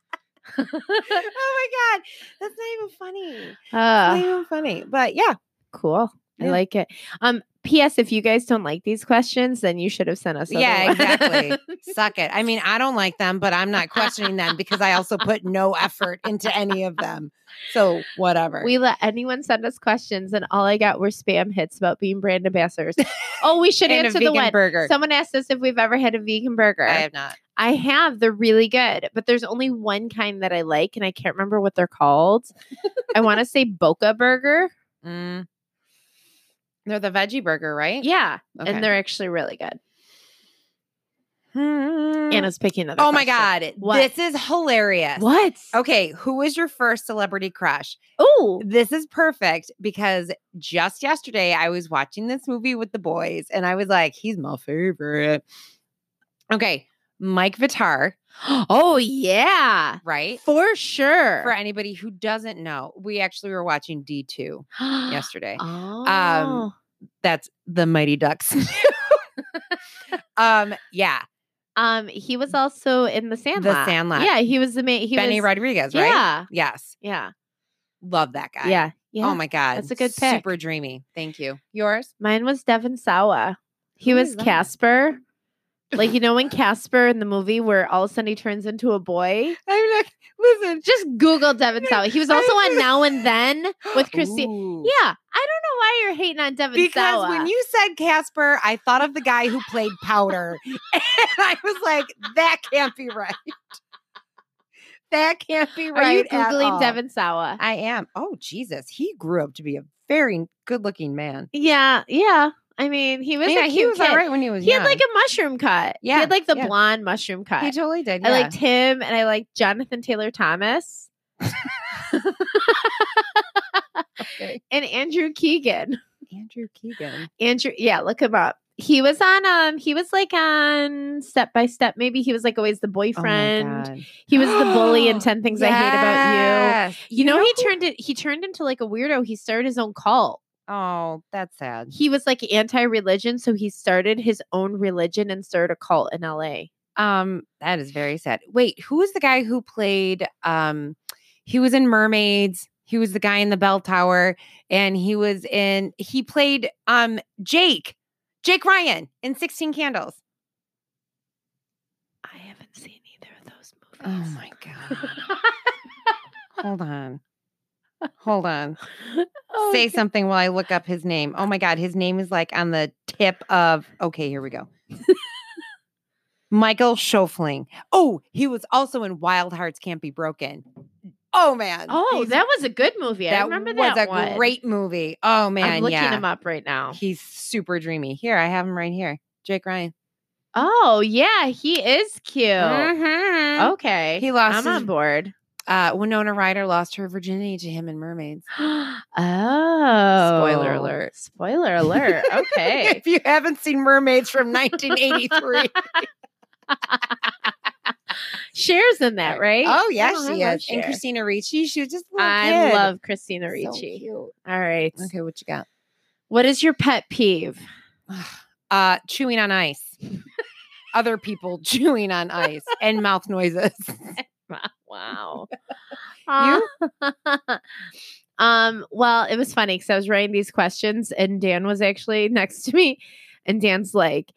Oh my god! That's not even funny. That's
Ah,
not even funny. But yeah,
cool. I
Yeah.
like it. Um, P.S. If you guys don't like these questions, then you should have sent us. other
yeah,
ones.
exactly. Suck it. I mean, I don't like them, but I'm not questioning them because I also put no effort into any of them. So whatever.
we let anyone send us questions, and all I got were spam hits about being brand ambassadors. oh, we should
And a
answer the
vegan
one.
burger.
Someone asked us if we've ever had a vegan burger.
I have not.
I have. They're really good, but there's only one kind that I like, and I can't remember what they're called. I want to say Boca Burger.
Mm. They're the veggie burger, right?
Yeah,
Okay.
and they're actually really good.
Hmm.
Anna's picking another.
oh my
question.
god,
What?
this is hilarious.
What?
Okay, who was your first celebrity crush?
Oh,
This is perfect because just yesterday I was watching this movie with the boys and I was like, he's my favorite. Okay, Mike Vitar,
oh yeah,
right?
for sure.
For anybody who doesn't know, we actually were watching D2 yesterday.
Oh.
That's the Mighty Ducks. um, yeah,
um, he was also in the Sandlot.
Sandlot.
Yeah, he was the main. He
Benny
was.
Rodriguez, right?
Yeah,
Yes.
yeah,
Love that guy.
yeah, yeah.
Oh my God.
That's a good pick.
Super dreamy. Thank you. Yours?
Mine was Devin Sawa. He
Who
was
is that?
Casper. Like you know when Casper in the movie where all of a sudden he turns into a boy.
I'm like, listen.
Just Google Devin Sawa. He was also on Now and Then with Christine.
Ooh.
Yeah, I don't know why you're hating on Devin
Because
Sawa.
when you said Casper, I thought of the guy who played Powder. and I was like, that can't be right. That can't be
are you
right. at
googling
all.
Devin Sawa?
I am. Oh, Jesus. He grew up to be a very good looking man.
Yeah, yeah. I mean, he was
yeah,
a cute
he was
kid.
all right when he was
He
young.
had like a mushroom cut. he
Yeah,
had like the
yeah.
blonde mushroom cut.
he totally did.
I
yeah.
liked him, and I liked Jonathan Taylor Thomas
Okay.
and Andrew Keegan.
Andrew Keegan. Oh
Andrew, yeah, look him up. He was on um he was like on step by step maybe he was like always the boyfriend. he was the bully in 10 things I hate about you. You, know, he turned it he turned into like a weirdo. He started his own cult.
Oh, that's sad.
He was like anti-religion so he started his own religion and started a cult in LA.
Um, that is very sad. Wait, who was the guy who played um he was in Mermaids, He was the guy in the bell tower, and he was in. He played um Jake, Jake Ryan in Sixteen Candles.
I haven't seen either of those
Oh
movies.
my god!
Oh
Hold on, hold on.
Oh,
Say
God.
something while I look up his name. Oh my god, his name is like on the tip of. Okay, here we go. Michael Schofling. Oh, he was also in Wild Hearts Can't Be Broken. Oh man.
Oh,
these-
that was a good movie. I remember that
was a
one.
great movie. Oh man,
I'm looking
yeah.
him up right now.
He's super dreamy. Here, I have him right here. Jake Ryan.
Oh yeah, he is cute. Oh.
Mhm.
Okay,
He lost
I'm
his-
on board.
Uh, Winona Ryder lost her virginity to him in Mermaids.
oh,
alert.
Spoiler alert. Okay.
if you haven't seen Mermaids from 1983,
Cher's in that, right?
Oh yeah,
Oh, I
she
love
is.
Cher.
And Christina Ricci, she was just a little
I
kid.
love Christina
So
Ricci.
cute.
All right.
Okay, what you got?
What is your pet peeve?
Uh, chewing on ice. Other people chewing on ice and mouth noises.
Wow. Uh, um, well, it was funny because I was writing these questions and Dan was actually next to me. And Dan's like,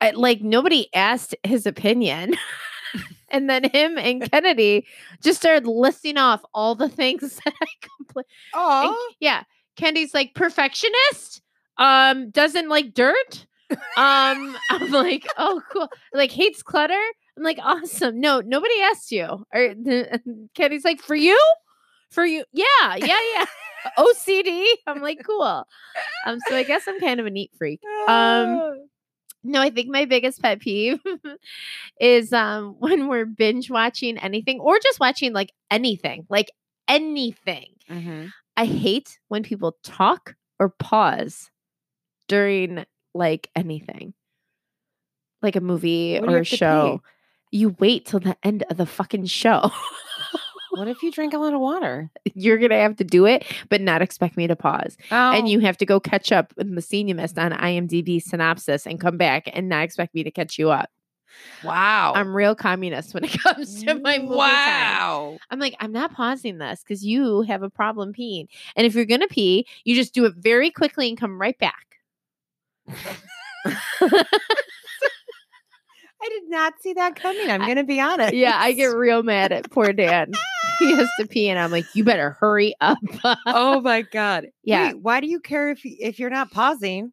I, like nobody asked his opinion. and then him and Kennedy just started listing off all the things that I complained. And-
Oh,
yeah. Candy's like perfectionist. Um, doesn't like dirt. Um, I'm like, oh, cool. Like hates clutter. I'm like, awesome. No, nobody asked you. Or the, Candy's like, for you, for you. Yeah, yeah, yeah. OCD. I'm like, cool. Um, so I guess I'm kind of a neat freak. um, No, I think my biggest pet peeve is um when we're binge watching anything or just watching like anything, like anything.
mm-hmm.
I hate when people talk or pause during like anything, like a movie
What do you
or a
have to pee?
show. You wait till the end of the fucking show.
what if you drink a lot of water?
You're going to have to do it, but not expect me to pause.
Oh,
And you have to go catch up in the scene you missed on IMDb synopsis and come back and not expect me to catch you up.
wow.
I'm real communist when it comes to my movie time.
wow.
I'm like, I'm not pausing this because you have a problem peeing. And if you're going to pee, you just do it very quickly and come right back.
I did not see that coming. I'm going to be honest.
Yeah, I get real mad at poor Dan. he has to pee, and I'm like, you better hurry up.
oh my god.
Yeah.
Wait, why do you care if you, if you're not pausing?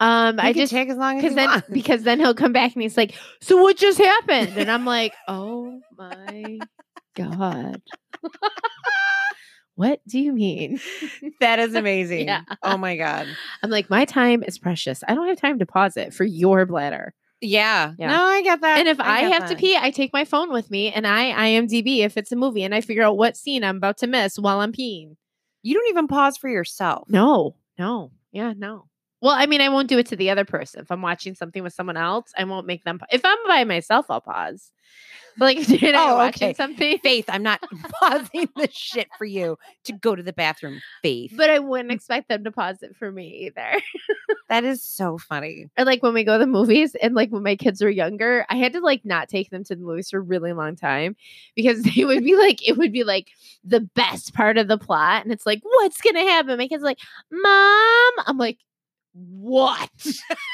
um,
You
I
can
just
take as long as
because
you
then
want.
because then he'll come back and he's like, so what just happened? And I'm like, oh my god, what do you mean?
that is amazing.
Yeah.
Oh my god.
I'm like, my time is precious. I don't have time to pause it for your bladder.
Yeah.
Yeah.
No, I get that.
and if I,
get
have to
that.
pee, I take my phone with me and I IMDb if it's a movie and I figure out what scene I'm about to miss while I'm peeing.
you don't even pause for yourself.
No, no, yeah, no. Well, I mean, I won't do it to the other person. If I'm watching something with someone else, I won't make them. Pa- if I'm by myself, I'll pause. But like, if you're not
Oh,
watching
okay.
something,
Faith, I'm not pausing the shit for you to go to the bathroom. Faith.
but I wouldn't expect them to pause it for me either.
that is so funny.
or like when we go to the movies, and like when my kids were younger, I had to like not take them to the movies for a really long time because they would be like, it would be like the best part of the plot, and it's like, what's gonna happen? My kids are like, mom, I'm like, what?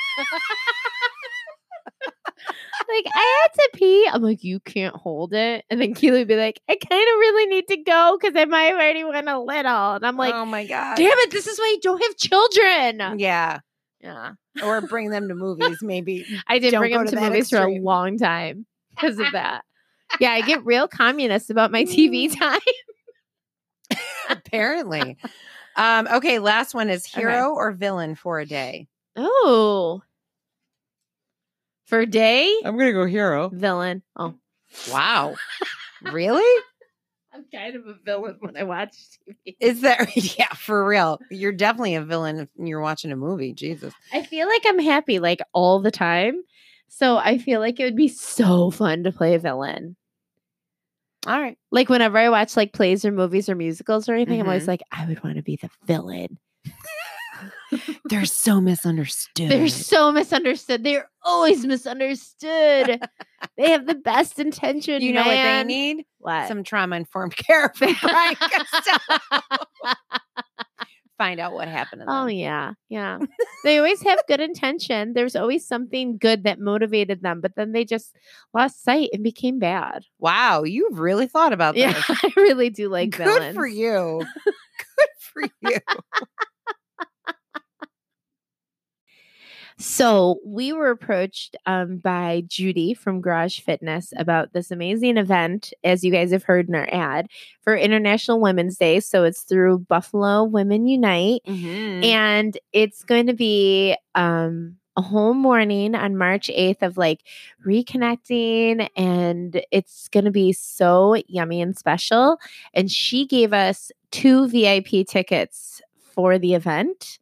like I had to pee. I'm like, you can't hold it. And then Keely would be like, I kind of really need to go because I might have already went a little. And I'm like,
oh my god.
damn it, this is why you don't have children.
Yeah.
Yeah.
Or bring them to movies, maybe.
I did
Don't
bring
go
him
to
to
that
movies for a
extreme.
long time because of that. Mm. Yeah, I get real communist about my TV time.
Apparently. Um, okay, last one is
Okay.
hero or villain for a day.
Oh. For a day?
I'm gonna go hero.
Villain. Oh.
Wow. really?
I'm kind of a villain when I watch TV.
Is that yeah, for real. You're definitely a villain if you're watching a movie. Jesus.
I feel like I'm happy like all the time. So I feel like it would be so fun to play a villain.
All right.
Like whenever I watch like plays or movies or musicals or anything, I'm always
Mhm.
like, I would want to be the villain.
They're so misunderstood.
They're so misunderstood. They're always misunderstood. they have the best intention.
you know what
man.
they need?
What?
Some trauma informed care from Brian Costello. Find out what happened to them.
Oh yeah, yeah. they always have good intention. There's always something good that motivated them, but then they just lost sight and became bad.
Wow, you've really thought about
Yeah,
this.
I really do like
Good
villains.
for you. Good for you.
So we were approached um, by Judy from Garage Fitness about this amazing event, as you guys have heard in our ad for International Women's Day. So it's through Buffalo Women Unite.
Mm-hmm.
and it's going to be um a whole morning on March 8th of like reconnecting and it's going to be so yummy and special and she gave us two VIP tickets for the event.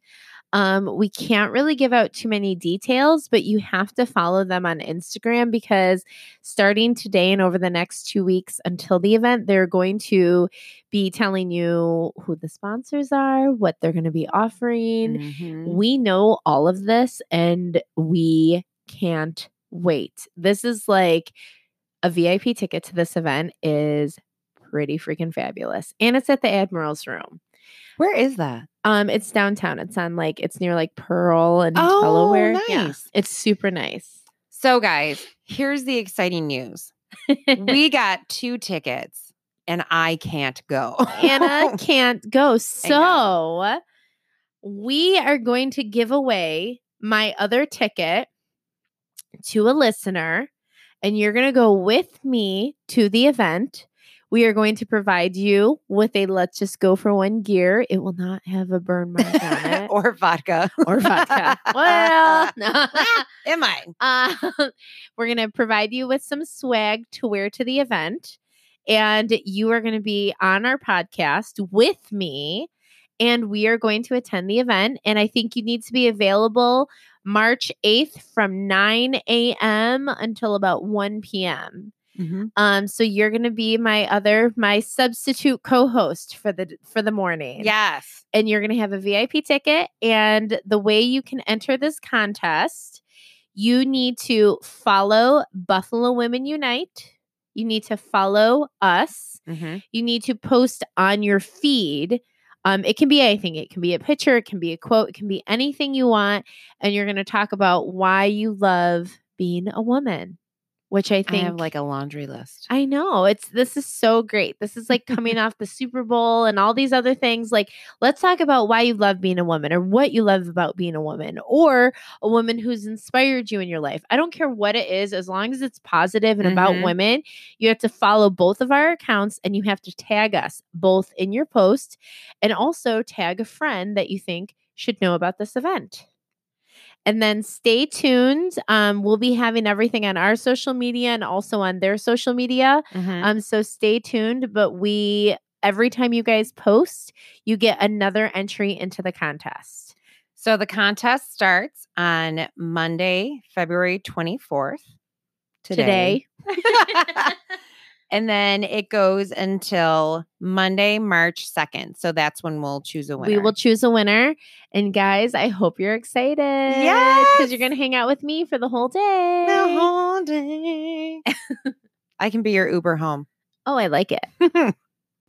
Um, we can't really give out too many details, but you have to follow them on Instagram because starting today and over the next two weeks until the event, they're going to be telling you who the sponsors are, what they're going to be offering.
Mhm.
We know all of this and we can't wait. This is like a VIP ticket to this event is pretty freaking fabulous. And it's at the Admiral's Room.
Where is that?
Um, it's downtown. It's on like it's near like Pearl and Delaware. Yeah.
nice.
It's super nice.
So, guys, here's the exciting news. we got two tickets and I can't go.
Anna can't go. So we are going to give away my other ticket to a listener, and you're going to go with me to the event. We are going to provide you with a Let's Just Go for One gear. It will not have a burn mark on it
or vodka.
or vodka. Well, no.
Am I?
Uh, we're going to provide you with some swag to wear to the event. And you are going to be on our podcast with me. And we are going to attend the event. And I think you need to be available March 8th from 9 a.m. until about 1 p.m.
Mm-hmm.
Um, so you're gonna be my other my substitute co-host for the for the morning
Yes.
and you're going to have a VIP ticket. And the way you can enter this contest, you need to follow Buffalo Women Unite. You need to follow us.
Mm-hmm.
You need to post on your feed. Um, it can be anything. It can be a picture. It can be a quote. It can be anything you want. And you're going to talk about why you love being a woman, which I
I
think
have like a laundry list.
I know. It's this is so great. This is like coming off the Super Bowl and all these other things. Like, let's talk about why you love being a woman or what you love about being a woman or a woman who's inspired you in your life. I don't care what it is, as long as it's positive and about
Mhm.
women, you have to follow both of our accounts and you have to tag us both in your post and also tag a friend that you think should know about this event. And then stay tuned. Um, we'll be having everything on our social media and also on their social media.
Mm-hmm.
Um, so stay tuned. But we, every time you guys post, you get another entry into the contest.
So the contest starts on Monday, February 24th.
Today,
and then it goes until Monday, March 2nd. So that's when we'll choose a winner.
we will choose a winner. And guys, I hope you're excited. Because you're
Yes!
going to hang out with me for the whole day.
the whole day. I can be your Uber home.
oh, I like it.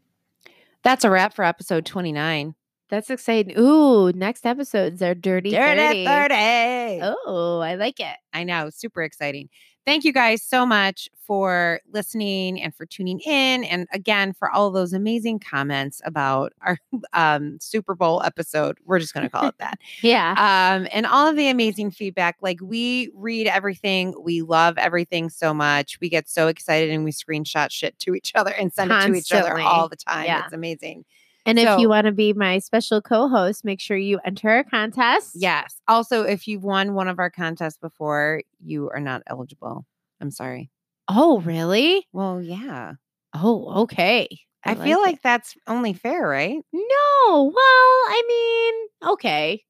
That's a wrap for episode 29.
That's exciting. Ooh, next episode's are Dirty, 30.
Dirty 30.
Oh, I like it.
I know, super exciting. Thank you guys so much for listening and for tuning in. And again, for all those amazing comments about our um, Super Bowl episode. We're just going to call it that.
Yeah.
Um, and all of the amazing feedback. Like, we read everything, we love everything so much. We get so excited and we screenshot shit to each other and send it to each other
Constantly.
all the time.
Yeah.
It's amazing.
And if
so-
you want to be my special co host, make sure you enter our contest.
Yes. Also, if you've won one of our contests before, you are not eligible. I'm sorry.
Oh, really?
Well, yeah.
Oh, okay.
I, feel
it.
like that's only fair, right?
No. Well, I mean, okay.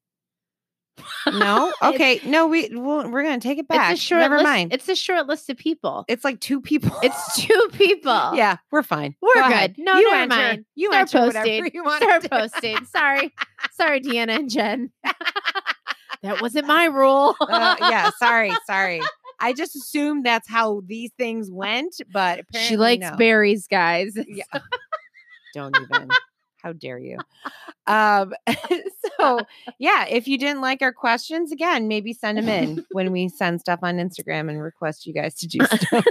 No. Okay. No. We well, we're gonna take it back.
It's a short
Never
list.
mind. It's,
It's a short list of people.
like two people.
It's two people.
yeah. We're fine.
Oh. We're
Go
good.
ahead.
No,
you
never
enter.
mind.
You
Start
enter whatever
posting.
you want.
Start posting. Sorry. Sorry, Deanna and Jen. that wasn't my rule.
Uh, yeah. Sorry. Sorry. I just assumed that's how these things went, but apparently
she likes
no.
berries, guys.
Yeah. Don't even. How dare you? Um, so yeah, if you didn't like our questions, again, maybe send them in when we send stuff on Instagram and request you guys to do stuff.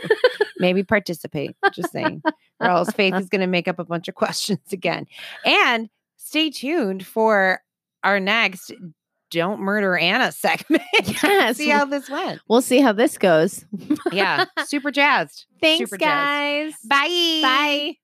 maybe participate. Just saying. Or else Faith is gonna make up a bunch of questions again. And stay tuned for our next Don't Murder Anna segment.
Yes.
See how this went.
we'll see how this goes.
Yeah. Super jazzed.
Thanks,
Super jazzed.
guys.
Bye.
Bye.